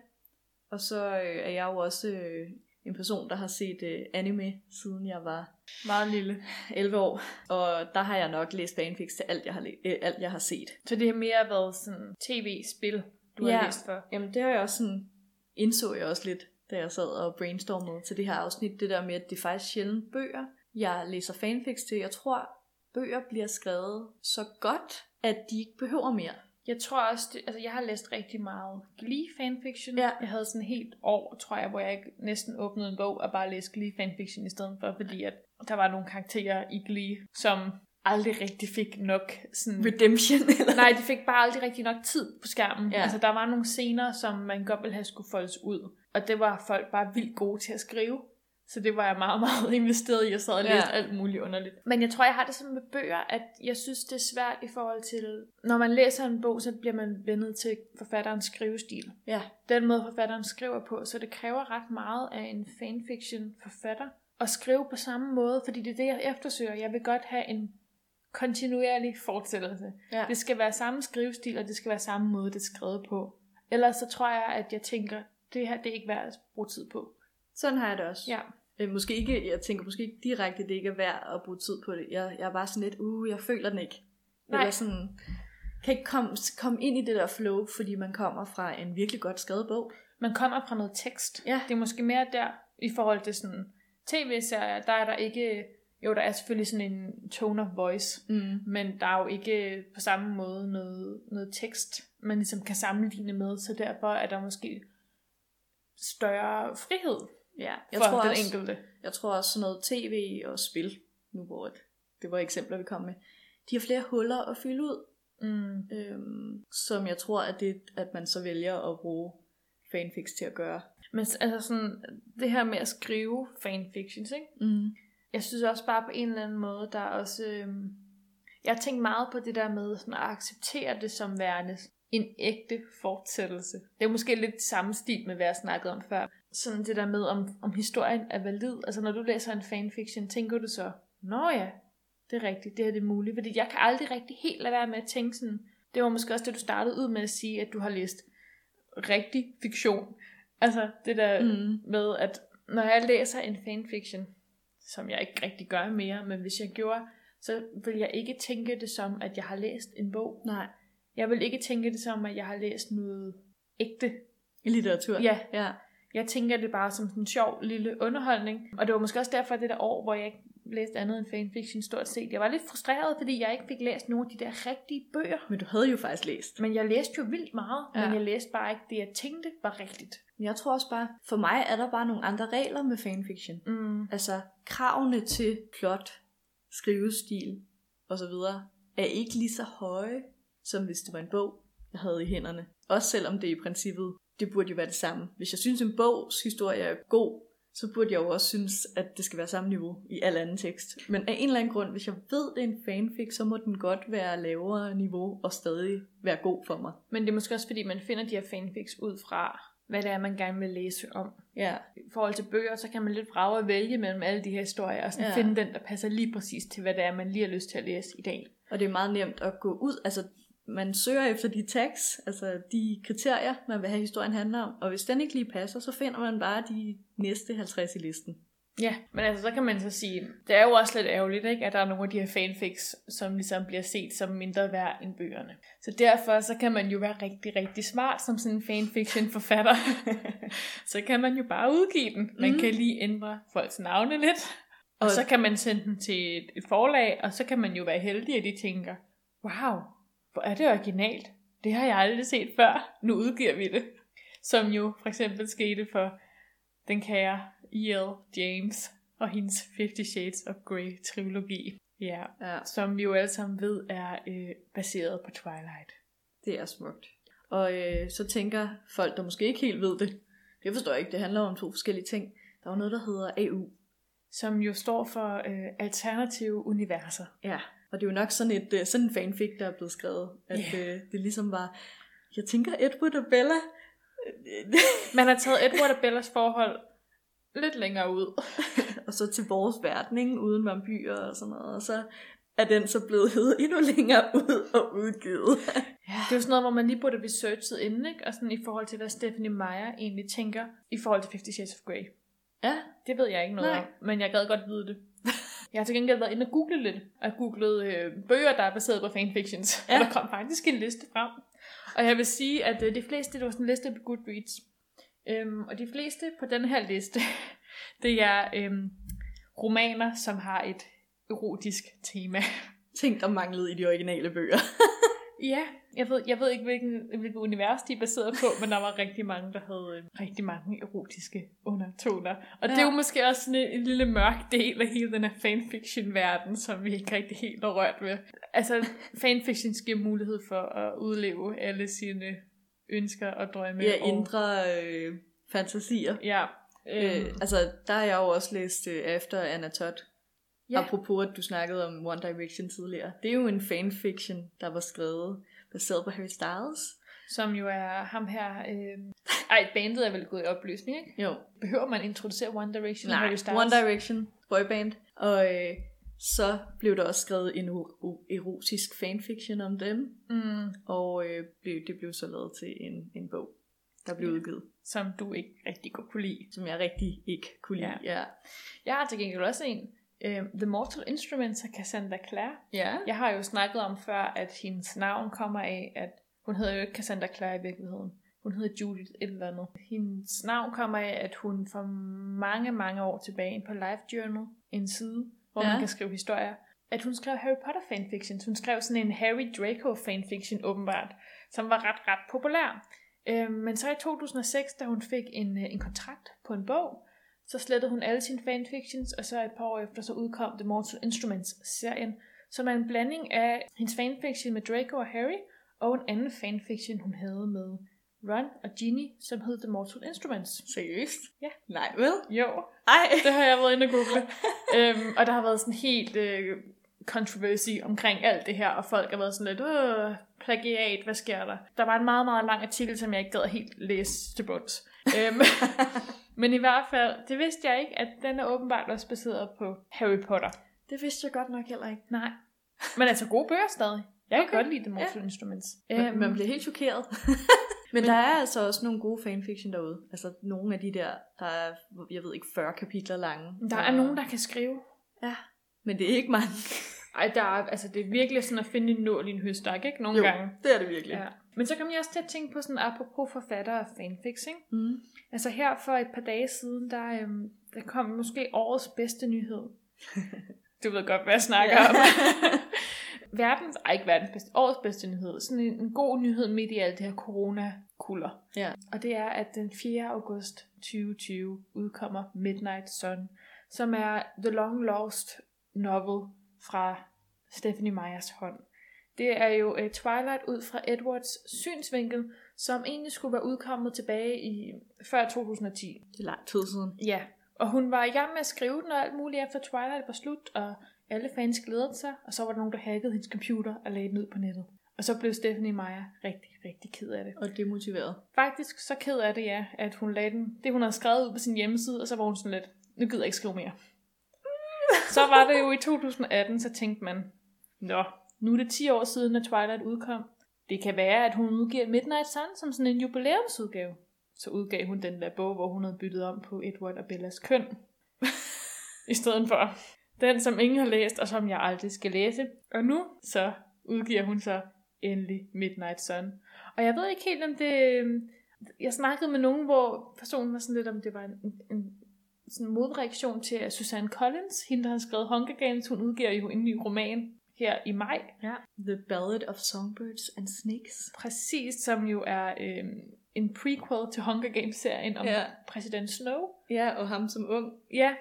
S2: Og så øh, er jeg jo også øh, en person, der har set øh, anime, siden jeg var
S3: Meget lille.
S2: 11 år. Og der har jeg nok læst fanfics til alt, jeg har, læ- øh, alt, jeg har set.
S3: Så det har mere været sådan tv-spil, du ja.
S2: Ja.
S3: har læst for.
S2: Jamen, det har jeg også sådan indså jeg også lidt, da jeg sad og brainstormede til det her afsnit, det der med, at det er faktisk sjældent bøger, jeg læser fanfics til. Jeg tror, bøger bliver skrevet så godt, at de ikke behøver mere.
S3: Jeg tror også, det, altså jeg har læst rigtig meget Glee fanfiction.
S2: Ja.
S3: Jeg havde sådan et helt år, tror jeg, hvor jeg ikke næsten åbnede en bog og bare læste Glee fanfiction i stedet for, fordi at der var nogle karakterer i Glee, som aldrig rigtig fik nok sådan...
S2: Redemption, eller?
S3: Nej, de fik bare aldrig rigtig nok tid på skærmen.
S2: Ja.
S3: Altså, der var nogle scener, som man godt ville have skulle foldes ud. Og det var folk bare vildt gode til at skrive. Så det var jeg meget, meget investeret i. Jeg sad og
S2: Ja.
S3: ja. læste alt muligt underligt. Men jeg tror, jeg har det sådan med bøger, at jeg synes, det er svært i forhold til... Når man læser en bog, så bliver man vendet til forfatterens skrivestil.
S2: Ja,
S3: Den måde, forfatteren skriver på, så det kræver ret meget af en fanfiction-forfatter at skrive på samme måde, fordi det er det, jeg eftersøger. Jeg vil godt have en kontinuerlig fortsættelse.
S2: ja.
S3: Det skal være samme skrivestil, og det skal være samme måde, det er skrevet på. Ellers så tror jeg, at jeg tænker, det her det er ikke værd at bruge tid på.
S2: Sådan har jeg det også.
S3: Ja.
S2: Øh, måske ikke, jeg tænker måske ikke direkte, det ikke er værd at bruge tid på det. Jeg, jeg er bare sådan lidt, uh, jeg føler den ikke.
S3: Nej.
S2: Eller sådan, kan ikke komme, komme ind i det der flow, fordi man kommer fra en virkelig godt skrevet bog.
S3: Man kommer fra noget tekst.
S2: Ja.
S3: Det er måske mere der, i forhold til sådan tv-serier, der er der ikke... Jo, der er selvfølgelig sådan en tone of voice,
S2: Mm.
S3: men der er jo ikke på samme måde noget, noget tekst, man ligesom kan sammenligne med, så derfor er der måske større frihed
S2: Ja,
S3: jeg
S2: jeg
S3: for
S2: tror,
S3: den
S2: også,
S3: enkelte.
S2: jeg tror også sådan noget tv og spil, nu hvor det- det var eksempler, vi kom med. De har flere huller at fylde ud,
S3: Mm.
S2: øhm, som jeg tror, at, det, at man så vælger at bruge fanfics til at gøre.
S3: Men s- altså sådan, det her med at skrive fanfictions, ikke?
S2: Mm.
S3: jeg synes også bare på en eller anden måde, der er også... Øhm, jeg har tænkt meget på det der med sådan at acceptere det som værende en ægte fortsættelse. Det er måske lidt samme stil med, hvad jeg snakkede om før. Sådan det der med, om, om historien er valid. Altså når du læser en fanfiction, tænker du så, Nå ja, det er rigtigt, det her det er muligt. Fordi jeg kan aldrig rigtig helt lade være med at tænke sådan, det var måske også det, du startede ud med at sige, at du har læst rigtig fiktion. Altså det der
S2: Mm.
S3: mm. med, at når jeg læser en fanfiction, som jeg ikke rigtig gør mere, men hvis jeg gjorde, så vil jeg ikke tænke det som, at jeg har læst en bog.
S2: Nej,
S3: Jeg vil ikke tænke det som, at jeg har læst noget ægte.
S2: i litteratur.
S3: Ja,
S2: ja.
S3: jeg tænker det bare som sådan en sjov lille underholdning. Og det var måske også derfor, at det der år, hvor jeg ikke læste andet end fanfiction stort set. Jeg var lidt frustreret, fordi jeg ikke fik læst nogen af de der rigtige bøger.
S2: Men du havde jo faktisk læst.
S3: Men jeg læste jo vildt meget, ja.
S2: Ja.
S3: men jeg læste bare ikke det, jeg tænkte var rigtigt.
S2: Men jeg tror også bare, for mig er der bare nogle andre regler med fanfiction.
S3: Mm.
S2: Altså, kravene til plot, skrivestil osv. er ikke lige så høje, som hvis det var en bog, jeg havde i hænderne. Også selvom det i princippet, det burde jo være det samme. Hvis jeg synes, en bogs historie er god, så burde jeg jo også synes, at det skal være samme niveau i al anden tekst. Men af en eller anden grund, hvis jeg ved, det er en fanfic, så må den godt være lavere niveau og stadig være god for mig.
S3: Men det er måske også, fordi man finder de her fanfics ud fra, hvad det er, man gerne vil læse om.
S2: Ja,
S3: i forhold til bøger, så kan man lidt vrage og vælge mellem alle de her historier, og sådan
S2: Ja.
S3: ja. finde den, der passer lige præcis til, hvad det er, man lige har lyst til at læse i dag.
S2: Og det er meget nemt at gå ud, altså man søger efter de tags, altså de kriterier, man vil have historien handler om, og hvis den ikke lige passer, så finder man bare de næste 50 i listen.
S3: Ja, men altså, så kan man så sige, det er jo også lidt ærgerligt, ikke, at der er nogle af de her fanfics, som ligesom bliver set som mindre værd end bøgerne. Så derfor, så kan man jo være rigtig, rigtig smart som sådan en fanfiction-forfatter. så kan man jo bare udgive den. Man
S2: Mm.
S3: mm. kan lige ændre folks navne lidt, og,
S2: Og-
S3: og så kan man sende den til et, et forlag, og så kan man jo være heldig, at de tænker, wow, hvor er det originalt. Det har jeg aldrig set før. Nu udgiver vi det. Som jo for eksempel skete for den kære E.L. James og hendes 50 Shades of Grey trilogi. Ja,
S2: Ja,
S3: som vi jo alle sammen ved er øh, baseret på Twilight.
S2: det er smukt. Og øh, så tænker folk, der måske ikke helt ved det, jeg forstår ikke, det handler om to forskellige ting. Der er jo noget, der hedder AU.
S3: Som jo står for øh, Alternative Universer.
S2: Ja, og det er jo nok sådan, et, øh, sådan en fanfic, der er blevet skrevet, at
S3: Ja.
S2: øh, det ligesom var, jeg tænker Edward og Bella, Øh,
S3: Man har taget Edward og Bellas forhold lidt længere ud.
S2: og så til vores verden, ikke? uden vampyrer og sådan noget, og så er den så blevet hedet endnu længere ud og udgivet.
S3: Det er jo sådan noget, hvor man lige burde have researchet inden, ikke? Og sådan i forhold til, hvad Stephanie Meyer egentlig tænker i forhold til 50 Shades of Grey.
S2: Ja,
S3: Det ved jeg ikke noget
S2: Nej.
S3: Nej. om, men jeg gad godt vide det. Jeg har til gengæld været inde og google lidt, og googlet øh, bøger, der er baseret på fanfictions.
S2: Ja.
S3: Ja. Og der kom faktisk en liste frem. Og jeg vil sige, at øh, de fleste, det var sådan en liste på Goodreads. Øhm, og de fleste på den her liste, det er øhm, romaner, som har et erotisk tema.
S2: Ting, der manglede i de originale bøger.
S3: Ja, jeg ved, jeg ved ikke, hvilken, hvilket univers de er baseret på, men der var rigtig mange, der havde øh, rigtig mange erotiske undertoner. Og ja. det er jo
S2: Ja.
S3: måske også sådan en, en lille mørk del af hele den her fanfiction-verden, som vi ikke rigtig helt har rørt ved. Altså, fanfiction giver mulighed for at udleve alle sine ønsker og drømme.
S2: Ja,
S3: og-
S2: indre øh, fantasier.
S3: Ja.
S2: Øh,
S3: Øh,
S2: altså, der har jeg jo også læst øh, efter Anna Todd.
S3: Ja.
S2: Ja. Apropos, at du snakkede om One Direction tidligere. Det er jo en fanfiction, der var skrevet baseret på Harry Styles.
S3: som jo er ham her... Øh... Ej, bandet er vel gået i opløsning, ikke?
S2: Jo,
S3: Behøver man introducere One Direction? og
S2: nej,
S3: Harry Styles?
S2: One Direction, boyband. Og øh, så blev der også skrevet en o- o- erotisk fanfiction om dem.
S3: Mm,
S2: Og øh, blev, det blev så lavet til en, en bog, der blev
S3: Ja.
S2: udgivet,
S3: som du ikke rigtig godt kunne lide.
S2: som jeg rigtig ikke kunne lide. Ja.
S3: Jeg har til gengæld også en. Uh, The Mortal Instruments af Cassandra Clare.
S2: ja.
S3: Jeg har jo snakket om før, at hendes navn kommer af, at hun hedder jo ikke Cassandra Clare i virkeligheden. Hun hedder Judith et eller andet. Hendes navn kommer af, at hun for mange, mange år tilbage ind på Life Journal, en side, hvor ja.
S2: Ja.
S3: man kan skrive historier, at hun skrev Harry Potter fanfictions. Hun skrev sådan en Harry Draco fanfiction åbenbart, som var ret, ret populær. Øh, men så i 2006, da hun fik en, øh, en kontrakt på en bog, så slettede hun alle sine fanfictions, og så et par år efter, så udkom The Mortal Instruments-serien, som er en blanding af hendes fanfiction med Draco og Harry, og en anden fanfiction, hun havde med Ron og Ginny, som hed The Mortal Instruments.
S2: Seriøst?
S3: Ja.
S2: Nej, vel?
S3: Jo,
S2: Ej.
S3: det har jeg været inde og google. øhm, og der har været sådan helt øh, controversy omkring alt det her, og folk har været sådan lidt, øh, plagiat, hvad sker der? Der var en meget, meget lang artikel, som jeg ikke gad helt læse til bunds. øhm, men i hvert fald, det vidste jeg ikke, at den er åbenbart også baseret på Harry Potter.
S2: Det vidste jeg godt nok heller ikke.
S3: Nej. Men altså gode bøger stadig. Jeg kan
S2: Okay.
S3: godt lide The Mortal Instruments.
S2: Man,
S3: Øhm,
S2: man bliver helt chokeret. Men der er altså også nogle gode fanfiction derude. Altså nogle af de der, der er, jeg ved ikke, 40 kapitler lange.
S3: Der er nogen, der kan skrive.
S2: Ja, men det er ikke mange.
S3: Ej, der er, altså, det er virkelig sådan at finde en nål i en høstak, ikke? Nogle gange.
S2: det er det virkelig.
S3: Ja. Men så kom jeg også til at tænke på sådan, apropos forfatter og fanfixing.
S2: Mm.
S3: Altså her for et par dage siden, der, øhm, der kom måske årets bedste nyhed. Du ved godt, hvad jeg snakker
S2: Ja.
S3: om. verdens, ej ikke verdens bedste, årets bedste nyhed. Sådan en, en god nyhed midt i alt det her corona-kuller.
S2: Ja.
S3: Og det er, at den 4. august 2020 udkommer Midnight Sun, som er The Long Lost novel fra Stephanie Meyers hånd. Det er jo øh, Twilight ud fra Edwards synsvinkel, som egentlig skulle være udkommet tilbage i før 2010.
S2: Det er lang tid siden.
S3: Ja, og hun var i gang med at skrive den og alt muligt efter Twilight var slut, og alle fans glædede sig, og så var der nogen, der hackede hendes computer og lagde den ud på nettet. Og så blev Stephanie Meyer rigtig, rigtig ked af det.
S2: Og det er motiveret.
S3: Faktisk så ked af det, ja, at hun lagde den, det, hun havde skrevet ud på sin hjemmeside, og så var hun sådan lidt, nu gider jeg ikke skrive mere. Så var det jo i 2018, så tænkte man, nå, nu er det 10 år siden, at Twilight udkom. Det kan være, at hun udgiver Midnight Sun som sådan en jubilæumsudgave. Så udgav hun den der bog, hvor hun havde byttet om på Edward og Bellas køn. I stedet for den, som ingen har læst, og som jeg aldrig skal læse. Og nu så udgiver hun så endelig Midnight Sun. Og jeg ved ikke helt, om det... øhm, Jeg snakkede med nogen, hvor personen var sådan lidt, om det var en, en- en sådan modreaktion til at Susanne Collins, hende der har skrevet Hunger Games, hun udgiver jo en ny roman her i maj,
S2: Ja. The Ballad of Songbirds and Snakes.
S3: præcis som jo er øh, en prequel til Hunger Games-serien om ja.
S2: Ja.
S3: præsident Snow.
S2: Ja, og ham som ung.
S3: Ja,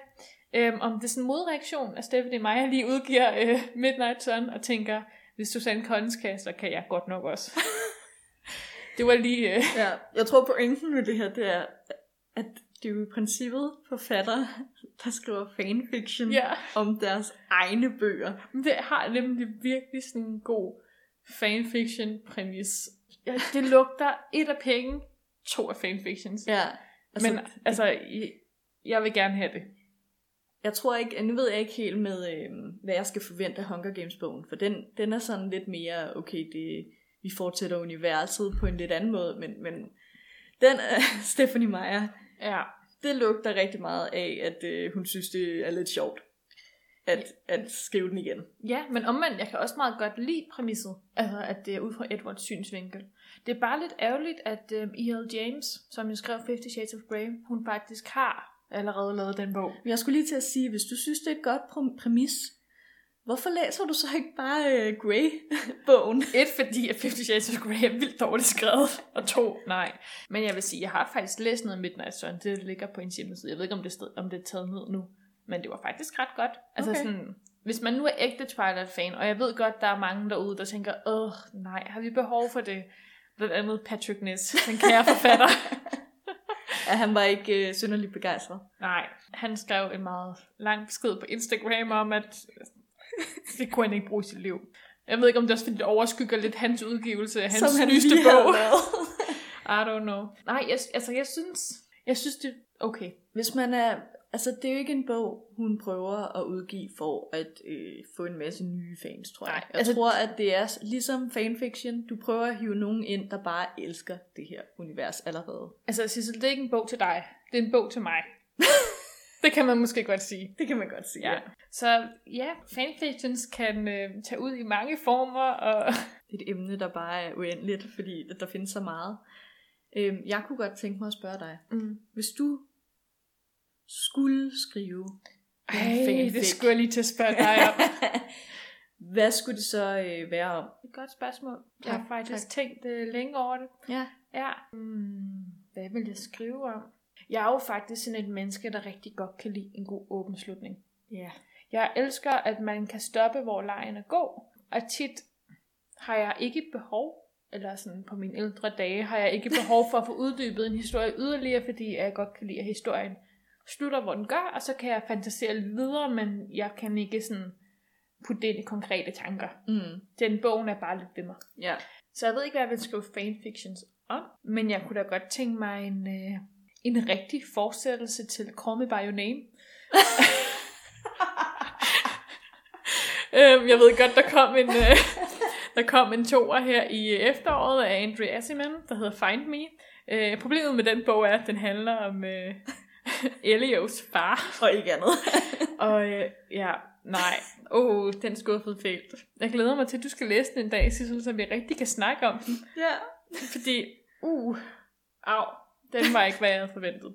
S3: øhm, om det er sådan en modreaktion, at Stephanie Meyer lige udgiver øh, Midnight Sun og tænker, hvis Susanne Collins kan, så kan jeg godt nok også. det var lige... Øh,
S2: Ja, jeg tror pointen med det her, det er, at det er jo i princippet forfattere, der skriver fanfiction
S3: ja.
S2: om deres egne bøger.
S3: Men Det har nemlig virkelig sådan en god fanfiction-præmis. Ja, det lugter et af penge, to af fanfictions.
S2: Ja.
S3: altså, Men altså, jeg, jeg vil gerne have det.
S2: Jeg tror ikke, nu ved jeg ikke helt med, øh, hvad jeg skal forvente af Hunger Games-bogen, for den, den er sådan lidt mere, okay, det, vi fortsætter universet på en lidt anden måde, men, men den øh, Stephanie Meyer,
S3: Ja.
S2: det lugter rigtig meget af, at øh, hun synes, det er lidt sjovt at, at skrive den igen.
S3: Ja, men omvendt, jeg kan også meget godt lide præmisset, altså at det er ud fra Edwards synsvinkel. Det er bare lidt ærgerligt, at øhm, E.L. James, som jo skrev Fifty Shades of Grey, hun faktisk har allerede lavet den bog.
S2: Men Jeg skulle lige til at sige, hvis du synes, det er et godt pr- præmis, hvorfor læser du så ikke bare øh, Grey-bogen?
S3: Et, fordi at Fifty Shades of Grey er vildt dårligt skrevet, og to, nej. Men jeg vil sige, jeg har faktisk læst noget Midnight Sun, det ligger på en hjemmeside. Jeg ved ikke, om det, sted, om det er taget ned nu, men det var faktisk ret godt. Altså
S2: Okay.
S3: okay. sådan, hvis man nu er ægte Twilight-fan, og jeg ved godt, der er mange derude, der tænker, åh nej, har vi behov for det? Blandt andet Patrick Ness, den kære forfatter.
S2: Ja, han var ikke øh, synderligt begejstret.
S3: nej, han skrev en meget lang besked på Instagram om, at det kunne han ikke bruge i sit liv. Jeg ved ikke, om det er også fordi, det overskygger lidt hans udgivelse af hans nyeste
S2: lige havde
S3: bog.
S2: lavet.
S3: I don't know. Nej, jeg, altså jeg synes, jeg synes det okay.
S2: Hvis man er... Altså, det er jo ikke en bog, hun prøver at udgive for at øh, få en masse nye fans, tror jeg.
S3: Nej,
S2: jeg
S3: altså-
S2: tror, at det er s- ligesom fanfiction. Du prøver at hive nogen ind, der bare elsker det her univers allerede.
S3: Altså Sissel, det er ikke en bog til dig. Det er en bog til mig. det kan man måske godt sige.
S2: Det kan man godt sige.
S3: Ja. Så ja, fanfictions kan øh, tage ud i mange former, og
S2: Det er et emne, der bare er uendeligt, fordi der findes så meget. Øhm, jeg kunne godt tænke mig at spørge dig.
S3: mm.
S2: Hvis du skulle skrive
S3: Ej,
S2: fanfic.
S3: det skulle jeg lige til at spørge dig om.
S2: Hvad skulle det så øh, være om?
S3: Et godt spørgsmål. Jeg
S2: Tak,
S3: har faktisk tænkt øh, længe over det.
S2: Ja.
S3: Ja. Mm, hvad vil jeg skrive om? Jeg er jo faktisk sådan et menneske, der rigtig godt kan lide en god åben slutning.
S2: Ja.
S3: Jeg elsker, at man kan stoppe, hvor lejen er god. Og tit har jeg ikke behov, eller sådan på mine ældre dage, har jeg ikke behov for at få uddybet en historie yderligere, fordi jeg godt kan lide, at historien slutter, hvor den gør, og så kan jeg fantasere lidt videre, men jeg kan ikke sådan putte det ind i konkrete tanker.
S2: Mm.
S3: Den bogen er bare lidt ved mig.
S2: Ja.
S3: Så jeg ved ikke, hvad jeg vil skrive fanfictions om, men jeg kunne da godt tænke mig en, øh, en rigtig fortsættelse til Call Me By Your Name. øhm, jeg ved godt, der kom en, øh, der kom en toer her i efteråret af Andre Asiman, der hedder Find Me. Øh, problemet med den bog er, at den handler om øh, Elios far.
S2: Og ikke andet.
S3: Og øh, ja, nej. Åh, oh, den skuffede fælt. Jeg glæder mig til, at du skal læse den en dag, Sissel, så vi rigtig kan snakke om den.
S2: ja.
S3: Fordi, uh, au, den var ikke, hvad jeg havde forventet.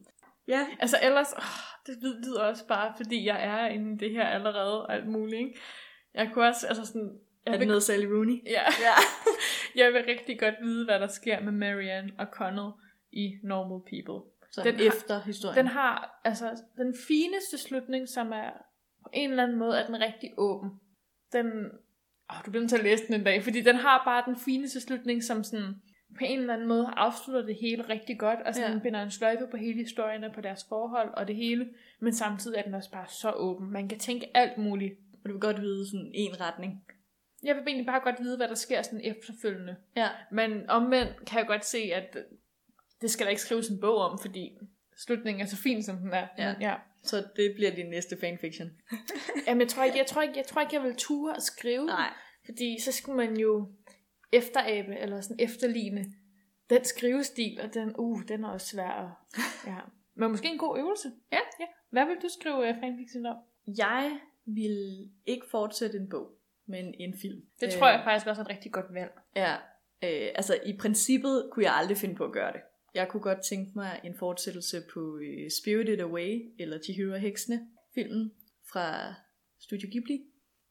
S2: Ja.
S3: Altså ellers, oh, det lyd- lyder også bare, fordi jeg er inde i det her allerede og alt muligt, ikke? Jeg kunne også, altså sådan...
S2: Er
S3: Jeg
S2: det
S3: vil,
S2: noget Sally Rooney?
S3: ja,
S2: Ja.
S3: jeg vil rigtig godt vide, hvad der sker med Marianne og Connell i Normal People.
S2: Så
S3: Den
S2: den
S3: har-
S2: efter historien.
S3: Den har altså den fineste slutning, som er på en eller anden måde er den rigtig åben. Den, åh, du bliver nødt til at læse den en dag, fordi den har bare den fineste slutning, som sådan på en eller anden måde afslutter det hele rigtig godt, og sådan
S2: Ja.
S3: ja. binder en sløjfe på hele historien og på deres forhold og det hele, men samtidig er den også bare så åben. Man kan tænke alt muligt.
S2: Og du vil godt vide sådan en retning.
S3: Jeg vil egentlig bare godt vide, hvad der sker sådan efterfølgende.
S2: Ja.
S3: Men omvendt kan jeg godt se, at det skal der ikke skrives en bog om, fordi slutningen er så fin, som den er.
S2: Ja.
S3: ja.
S2: Så det bliver din næste fanfiction.
S3: Jamen, jeg tror ikke, jeg tror ikke, jeg, tror ikke, jeg vil ture at skrive. Fordi så skulle man jo efterabe, eller sådan efterligne den skrivestil, og den, uh, den er også svær. at- Ja. Men måske en god øvelse. Ja. ja. Hvad vil du skrive uh, fanfiction om?
S2: Jeg vil ikke fortsætte en bog, men en film.
S3: Det øh. tror jeg
S2: Øh,
S3: faktisk også er et rigtig godt valg.
S2: Ja, øh, altså i princippet kunne jeg aldrig finde på at gøre det. Jeg kunne godt tænke mig en fortsættelse på øh, Spirited Away, eller Chihiro og Heksene, filmen fra Studio Ghibli.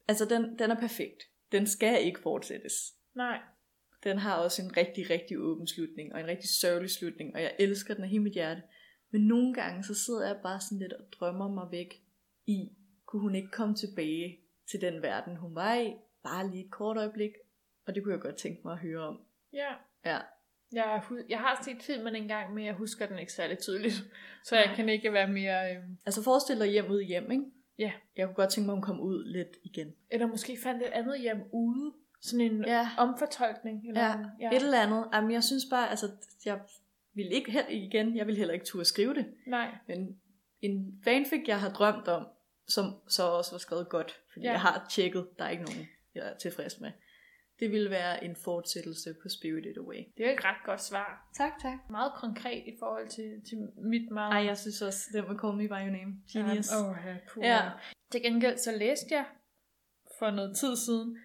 S2: Altså den, den er perfekt. Den skal ikke fortsættes.
S3: Nej.
S2: Den har også en rigtig, rigtig åben slutning, og en rigtig sørgelig slutning, og jeg elsker den af hele mit hjerte. Men nogle gange, så sidder jeg bare sådan lidt og drømmer mig væk i, kunne hun ikke komme tilbage til den verden, hun var i, bare lige et kort øjeblik, og det kunne jeg godt tænke mig at høre om.
S3: Ja.
S2: Ja.
S3: Jeg, hu- jeg har set filmen engang, men jeg husker den ikke særlig tydeligt. Så jeg
S2: Nej.
S3: kan ikke være mere... Øh...
S2: Altså forestil dig hjem ud hjem, ikke?
S3: Ja.
S2: Jeg kunne godt tænke mig, at hun kom ud lidt igen.
S3: Eller måske fandt et andet hjem ude. Sådan en ja.
S2: Ja.
S3: omfortolkning. Eller
S2: Ja.
S3: en-
S2: Et eller andet. Jamen, jeg synes bare, altså, jeg vil ikke heller igen, jeg vil heller ikke turde skrive det.
S3: Nej.
S2: Men en fanfic, jeg har drømt om, som så også var skrevet godt, fordi
S3: Ja.
S2: jeg har tjekket, der er ikke nogen, jeg er tilfreds med. Det ville være en fortsættelse på Spirited Away.
S3: Det er jo et ret godt svar.
S2: Tak, tak.
S3: meget konkret i forhold til, til mit meget...
S2: Ej, jeg synes også, den med Call Me By Your Name. Genius.
S3: Genius. Oh, ja, cool.
S2: Ja.
S3: ja. Til gengæld så læste jeg for noget tid siden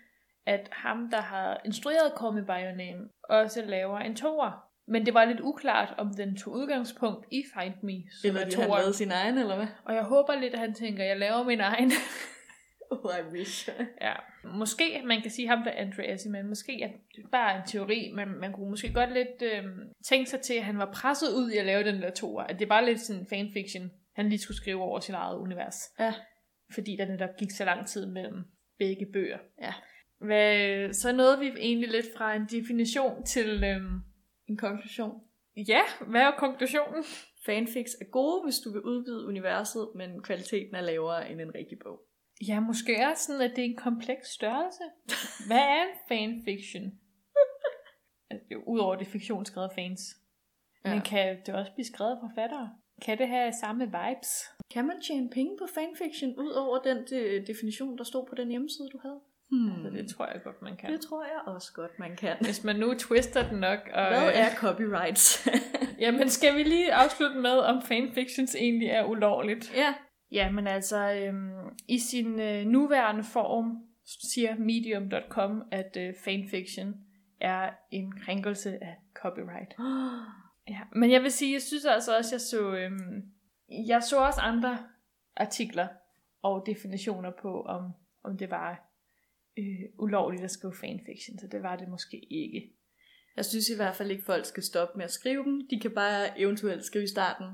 S3: at ham, der har instrueret Call Me By Your Name, også laver en toer. Men det var lidt uklart, om den tog udgangspunkt i Find Me, som
S2: Eller
S3: er
S2: de har
S3: toeren.
S2: lavet sin egen, eller hvad?
S3: Og jeg håber lidt, at han tænker, at jeg laver min egen.
S2: Oh, I wish.
S3: Ja, måske, man kan sige ham der Andreas, men måske er det bare en teori, men man kunne måske godt lidt øh, tænke sig til, at han var presset ud i at lave den der toer. At det var lidt sådan fanfiction, han lige skulle skrive over sit eget univers.
S2: Ja.
S3: Fordi der netop gik så lang tid mellem begge bøger.
S2: Ja.
S3: Hvad, så nåede vi egentlig lidt fra en definition til, øh,
S2: En konklusion.
S3: ja, hvad er konklusionen?
S2: Fanfics er gode, hvis du vil udvide universet, men kvaliteten er lavere end en rigtig bog.
S3: Ja, måske også sådan, at det er en kompleks størrelse. Hvad er en fanfiction? Altså, jo, Udover det er fiktion skrevet af fans. Ja.
S2: Ja.
S3: Men kan det også blive skrevet af forfattere? Kan det have samme vibes?
S2: Kan man tjene penge på fanfiction, ud over den de- definition, der stod på den hjemmeside, du havde? Hmm.
S3: Altså, det tror jeg godt, man kan.
S2: det tror jeg også godt, man kan.
S3: Hvis man nu twister den nok. Og, øh,
S2: Hvad er copyrights?
S3: Jamen, skal vi lige afslutte med, om fanfictions egentlig er ulovligt?
S2: ja.
S3: Ja, men altså, øhm, i sin øh, nuværende form siger medium.com, at øh, fanfiction er en krænkelse af copyright. Ja, men jeg vil sige, jeg synes altså også, jeg så, øhm, jeg så også andre artikler og definitioner på, om, om det var øh, ulovligt at skrive fanfiction, så det var det måske ikke.
S2: Jeg synes i hvert fald ikke, folk skal stoppe med at skrive dem. De kan bare eventuelt skrive i starten,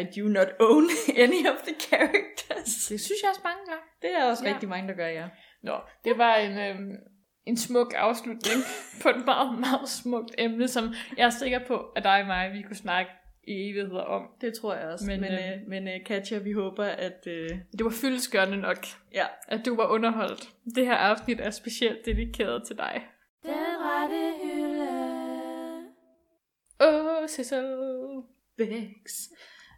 S2: I do not own any of the characters.
S3: Det synes jeg også mange gange.
S2: Det er også
S3: Ja.
S2: ja. rigtig mange, der gør, ja.
S3: Nå, det var en, øhm, en smuk afslutning på et meget, meget smukt emne, som jeg er sikker på, at dig og mig, vi kunne snakke i evigheder om.
S2: Det tror jeg også.
S3: Men,
S2: Men, men,
S3: øh,
S2: øh, men øh, Katja, vi håber, at... Øh,
S3: Det var fyldeskørende nok,
S2: ja,
S3: at du var underholdt. Det her afsnit er specielt dedikeret til dig.
S1: Den rette hylde.
S3: Åh, Cecil.
S2: Bex.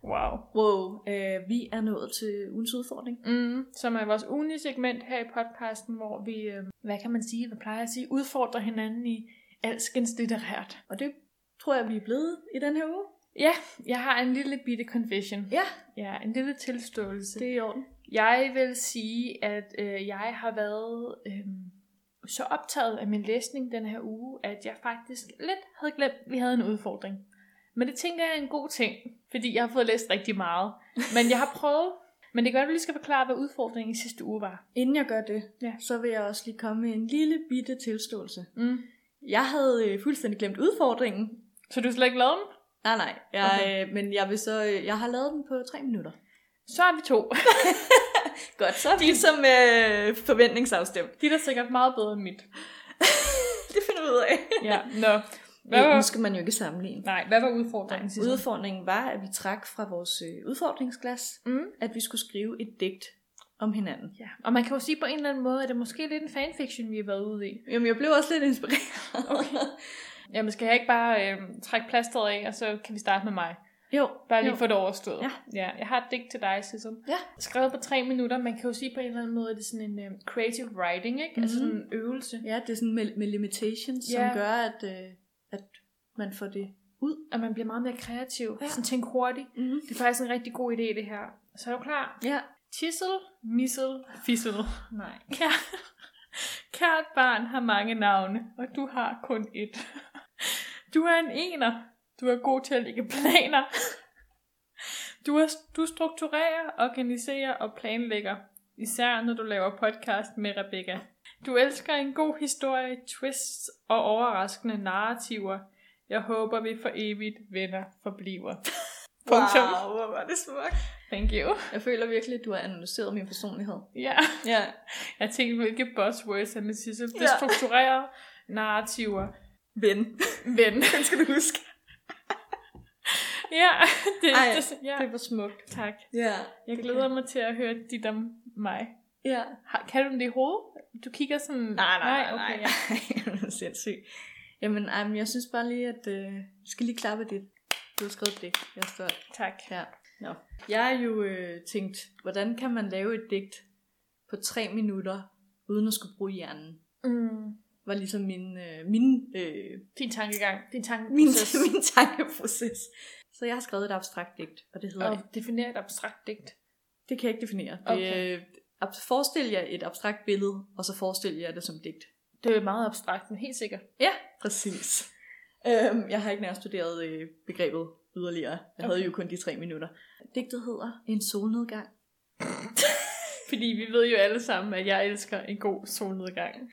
S3: Wow.
S2: Wow, øh, vi er nået til ugens udfordring.
S3: Mm, som er vores ugenlige segment her i podcasten, hvor vi, øh, hvad kan man sige, hvad plejer jeg at sige, udfordrer hinanden i alskens litterært.
S2: Og det tror jeg, vi er blevet i den her uge.
S3: Ja, jeg har en lille bitte confession.
S2: Ja.
S3: Ja, en lille tilståelse.
S2: Det er i orden.
S3: Jeg vil sige, at øh, jeg har været øh, så optaget af min læsning den her uge, at jeg faktisk lidt havde glemt, at vi havde en udfordring. Men det tænker jeg er en god ting, fordi jeg har fået læst rigtig meget. Men jeg har prøvet. Men det gør, at vi lige skal forklare, hvad udfordringen i sidste uge var.
S2: Inden jeg gør det,
S3: Ja.
S2: ja. så vil jeg også lige komme med en lille bitte tilståelse.
S3: Mm.
S2: Jeg havde øh, fuldstændig glemt udfordringen.
S3: Så du har slet ikke lavet den?
S2: Nej, nej. Jeg, okay. øh, men jeg vil så, øh, jeg har lavet den på tre minutter.
S3: Så er vi to.
S2: Godt, så er vi som øh, forventningsafstemt.
S3: De er da sikkert meget bedre end mit.
S2: Det finder vi ud af.
S3: Ja, nå. Hvad
S2: Ja, nu
S3: var,
S2: skal man jo ikke sammenligne.
S3: nej, hvad var udfordringen sidste uge?
S2: Udfordringen var, at vi trak fra vores øh, udfordringsglas,
S3: Mm.
S2: at vi skulle skrive et digt om hinanden.
S3: Ja. Og man kan jo sige på en eller anden måde, at det måske er lidt en fanfiction, vi har været ude i.
S2: Jamen, jeg blev også lidt inspireret. Okay.
S3: Jamen, skal jeg ikke bare øh, trække plasteret af, og så kan vi starte med mig?
S2: jo,
S3: Bare lige
S2: jo.
S3: få det overstået.
S2: Ja.
S3: ja. Jeg har et digt til dig, Sissel.
S2: Ja.
S3: Skrevet på tre minutter. Man kan jo sige på en eller anden måde, at det er sådan en øh, creative writing, ikke? Mm-hmm. Altså
S2: Mhm.
S3: sådan en øvelse.
S2: Ja, det er sådan med, med limitations, som
S3: Ja.
S2: gør, at, øh, at man får det ud.
S3: At man bliver meget mere kreativ. Ja.
S2: Ja.
S3: Sådan tænk hurtigt.
S2: Mm-hmm.
S3: Det er faktisk en rigtig god idé, det her. Så er du klar?
S2: Ja.
S3: Tissel, missel, fissel. Nej. Kær, kært barn har mange navne, og du har kun et. Du er en ener. Du er god til at lægge planer. Du, er, du strukturerer, organiserer og planlægger. Især når du laver podcast med Rebecca. Du elsker en god historie, twists og overraskende narrativer. Jeg håber, vi for evigt venner forbliver. Punktum.
S2: hvor var det smukt.
S3: Thank you.
S2: Jeg føler virkelig, at du har analyseret min personlighed.
S3: Ja. Yeah.
S2: Ja.
S3: Jeg tænkte, hvilke buzzwords er med Sissel. Det
S2: Ja.
S3: er struktureret, narrativer,
S2: Ven.
S3: ven.
S2: Den skal du huske.
S3: ja, det,
S2: Ej,
S3: det, ja,
S2: Det var smukt.
S3: tak.
S2: Ja.
S3: Jeg glæder mig til at høre dit om mig.
S2: Ja.
S3: Har, kan du det i hovedet? Du kigger sådan...
S2: Nej, nej, nej.
S3: okay,
S2: nej.
S3: ja.
S2: nej. det er sindssygt. Jamen, ej, men jeg synes bare lige, at øh, jeg skal lige klappe det. Du har skrevet det. Jeg er stolt.
S3: Tak.
S2: Ja. Nå. Jeg har jo øh, tænkt, hvordan kan man lave et digt på tre minutter, uden at skulle bruge hjernen?
S3: Mm.
S2: var ligesom min, øh, min, øh,
S3: Din tankegang. Din
S2: min,
S3: tankeproces.
S2: min tankeproces. Så jeg har skrevet et abstrakt digt, og det hedder...
S3: Og definere et abstrakt digt.
S2: Det øh, kan jeg ikke definere. Det,
S3: Okay.
S2: okay. Forestil jer et abstrakt billede, og så forestil jer det som digt.
S3: Det er meget abstrakt, men helt sikkert.
S2: Ja, præcis. Øhm, jeg har ikke nærstuderet øh, begrebet yderligere. Jeg okay. havde jo kun de tre minutter. Digtet hedder En solnedgang.
S3: Fordi vi ved jo alle sammen, at jeg elsker en god solnedgang.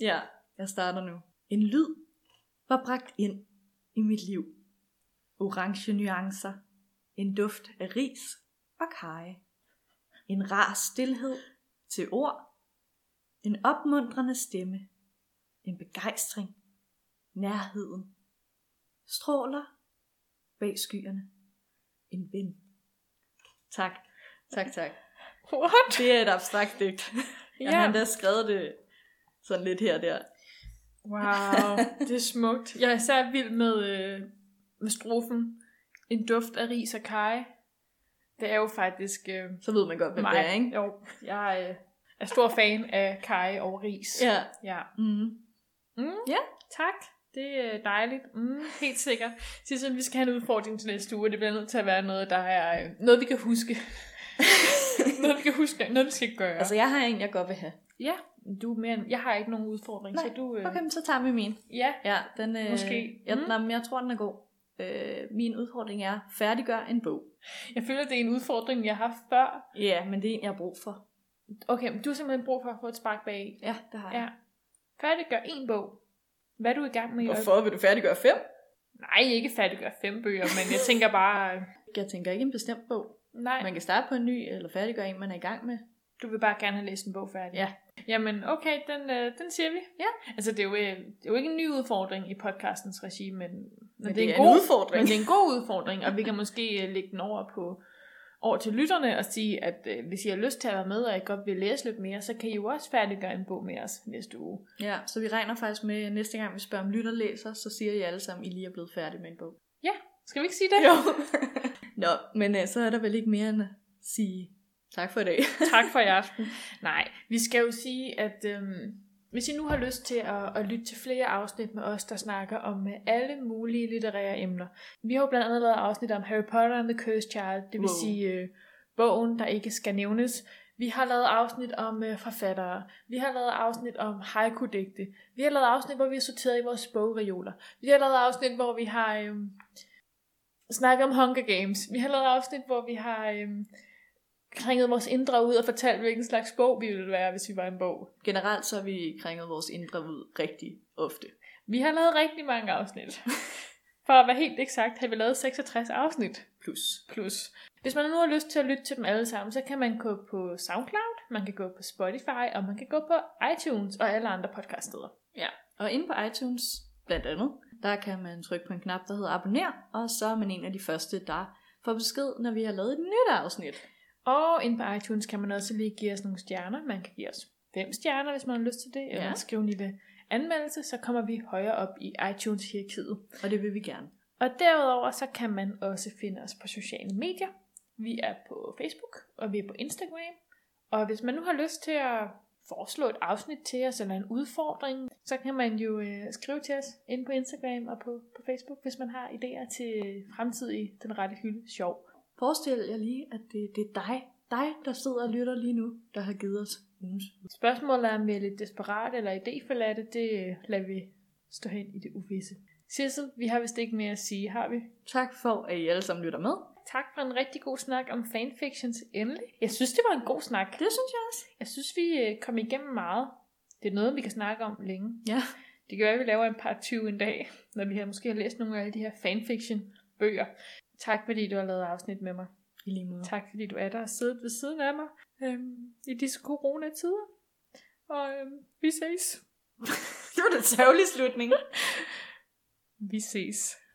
S2: Ja, jeg starter nu. En lyd var bragt ind i mit liv. Orange nuancer. En duft af ris og kage. En rar stillhed til ord. En opmuntrende stemme. En begejstring. Nærheden. Stråler bag skyerne. En ven. Tak. Tak, tak.
S3: What?
S2: Det er et abstrakt digt. Jeg
S3: Ja.
S2: har endda skrevet det sådan lidt her og der.
S3: Wow, det er smukt. Jeg er især vild med, øh, med strofen. En duft af ris og kage. Det er jo faktisk øh,
S2: Så ved man godt, hvem
S3: mig.
S2: det er, ikke?
S3: Jo, jeg øh, er stor fan af kage og ris.
S2: Ja.
S3: ja.
S2: Mm.
S3: Mm,
S2: Ja.
S3: Tak. Det er dejligt. Mm, helt sikkert. Sissel, vi skal have en udfordring til næste uge. Det bliver nødt til at være noget, der er øh, noget, vi kan huske. noget, vi kan huske. Noget, vi skal gøre.
S2: Altså, jeg har en, jeg godt vil have.
S3: ja, du er mere end, Jeg har ikke nogen udfordring,
S2: Nej,
S3: så du... Øh,
S2: Okay, men så tager vi min.
S3: Ja,
S2: Ja, den... Øh,
S3: Måske.
S2: Jeg,
S3: Mm.
S2: mm. jamen, jeg tror, den er god. Øh, min udfordring er, færdiggør en bog.
S3: jeg føler, det er en udfordring, jeg har haft før.
S2: Ja, yeah, men det er en, jeg har brug for.
S3: Okay, men du har simpelthen brug for at få et spark bag i.
S2: Ja, det har jeg.
S3: Ja. Færdiggør en bog. Hvad er du i gang med? i øjeblikket?
S2: vil du færdiggøre fem?
S3: Nej, ikke færdiggør fem bøger, men jeg tænker bare... øh,
S2: Jeg tænker ikke en bestemt bog.
S3: Nej,
S2: Man kan starte på en ny, eller færdiggøre en, man er i gang med.
S3: du vil bare gerne have læst en bog færdig.
S2: Ja.
S3: Jamen, okay, den, øh, den siger vi.
S2: Ja.
S3: Altså, det er, jo, øh, det er jo ikke en ny udfordring i podcastens regi, men, men,
S2: Men det er en udfordring.
S3: Men det er en god udfordring, og vi kan måske øh, lægge den over på over til lytterne og sige, at øh, hvis I har lyst til at være med, og I godt vil læse lidt mere, så kan I jo også færdiggøre en bog med os næste uge.
S2: Ja, så vi regner faktisk med, at næste gang vi spørger om lytterlæser, så siger I alle sammen, at I lige er blevet færdige med en bog.
S3: Skal vi ikke sige det?
S2: Nå, men øh, så er der vel ikke mere end at sige tak for i dag.
S3: tak for i aften. Nej, vi skal jo sige, at øhm, hvis I nu har lyst til at, at lytte til flere afsnit med os, der snakker om øh, alle mulige litterære emner. Vi har jo blandt andet lavet afsnit om Harry Potter and the Cursed Child, det vil
S2: Wow.
S3: sige øh, bogen, der ikke skal nævnes. Vi har lavet afsnit om øh, forfattere. Vi har lavet afsnit om haiku-digte. Vi har lavet afsnit, hvor vi har sorteret i vores bogreoler. Vi har lavet afsnit, hvor vi har øh, snakket om Hunger Games. Vi har lavet afsnit, hvor vi har øh, kringet vores indre ud og fortalt, hvilken slags bog vi ville være, hvis vi var en bog.
S2: Generelt så har vi krænget vores indre ud rigtig ofte.
S3: Vi har lavet rigtig mange afsnit. For at være helt eksakt, har vi lavet 66 afsnit.
S2: Plus.
S3: plus. Hvis man nu har lyst til at lytte til dem alle sammen, så kan man gå på SoundCloud, man kan gå på Spotify, og man kan gå på iTunes og alle andre podcaststeder.
S2: Ja, og inde på iTunes blandt andet, der kan man trykke på en knap, der hedder abonner, og så er man en af de første, der får besked, når vi har lavet et nyt afsnit.
S3: Og inde på iTunes kan man også lige give os nogle stjerner. Man kan give os fem stjerner, hvis man har lyst til det, eller
S2: Ja.
S3: skrive en lille anmeldelse, så kommer vi højere op i iTunes-hierarkiet.
S2: Og det vil vi gerne.
S3: Og derudover så kan man også finde os på sociale medier. Vi er på Facebook, og vi er på Instagram. Og hvis man nu har lyst til at foreslå et afsnit til os, eller en udfordring, så kan man jo øh, skrive til os inde på Instagram og på, på Facebook, hvis man har idéer til fremtidig Den Rette Hylde Sjov.
S2: Forestil jer lige, at det, det er dig, dig, der sidder og lytter lige nu, der har givet os ugens.
S3: Spørgsmålet er, om vi er lidt desperate eller idéforladte, det øh, lader vi stå hen i det uvisse. Sissel, vi har vist ikke mere at sige, har vi?
S2: Tak for, at I alle sammen lytter med.
S3: Tak for en rigtig god snak om fanfictions endelig. Jeg synes, det var en god snak.
S2: Det synes jeg også.
S3: Jeg synes, vi øh, kom igennem meget. Det er noget, vi kan snakke om længe.
S2: Ja.
S3: Det kan være, at vi laver en par 20 en dag, når vi har måske har læst nogle af alle de her fanfiction-bøger. Tak, fordi du har lavet afsnit med mig.
S2: I lige måde.
S3: Tak, fordi du er der og sidder ved siden af mig øhm, i disse coronatider. Og øhm, vi ses.
S2: Det var den særlige slutning.
S3: Vi ses.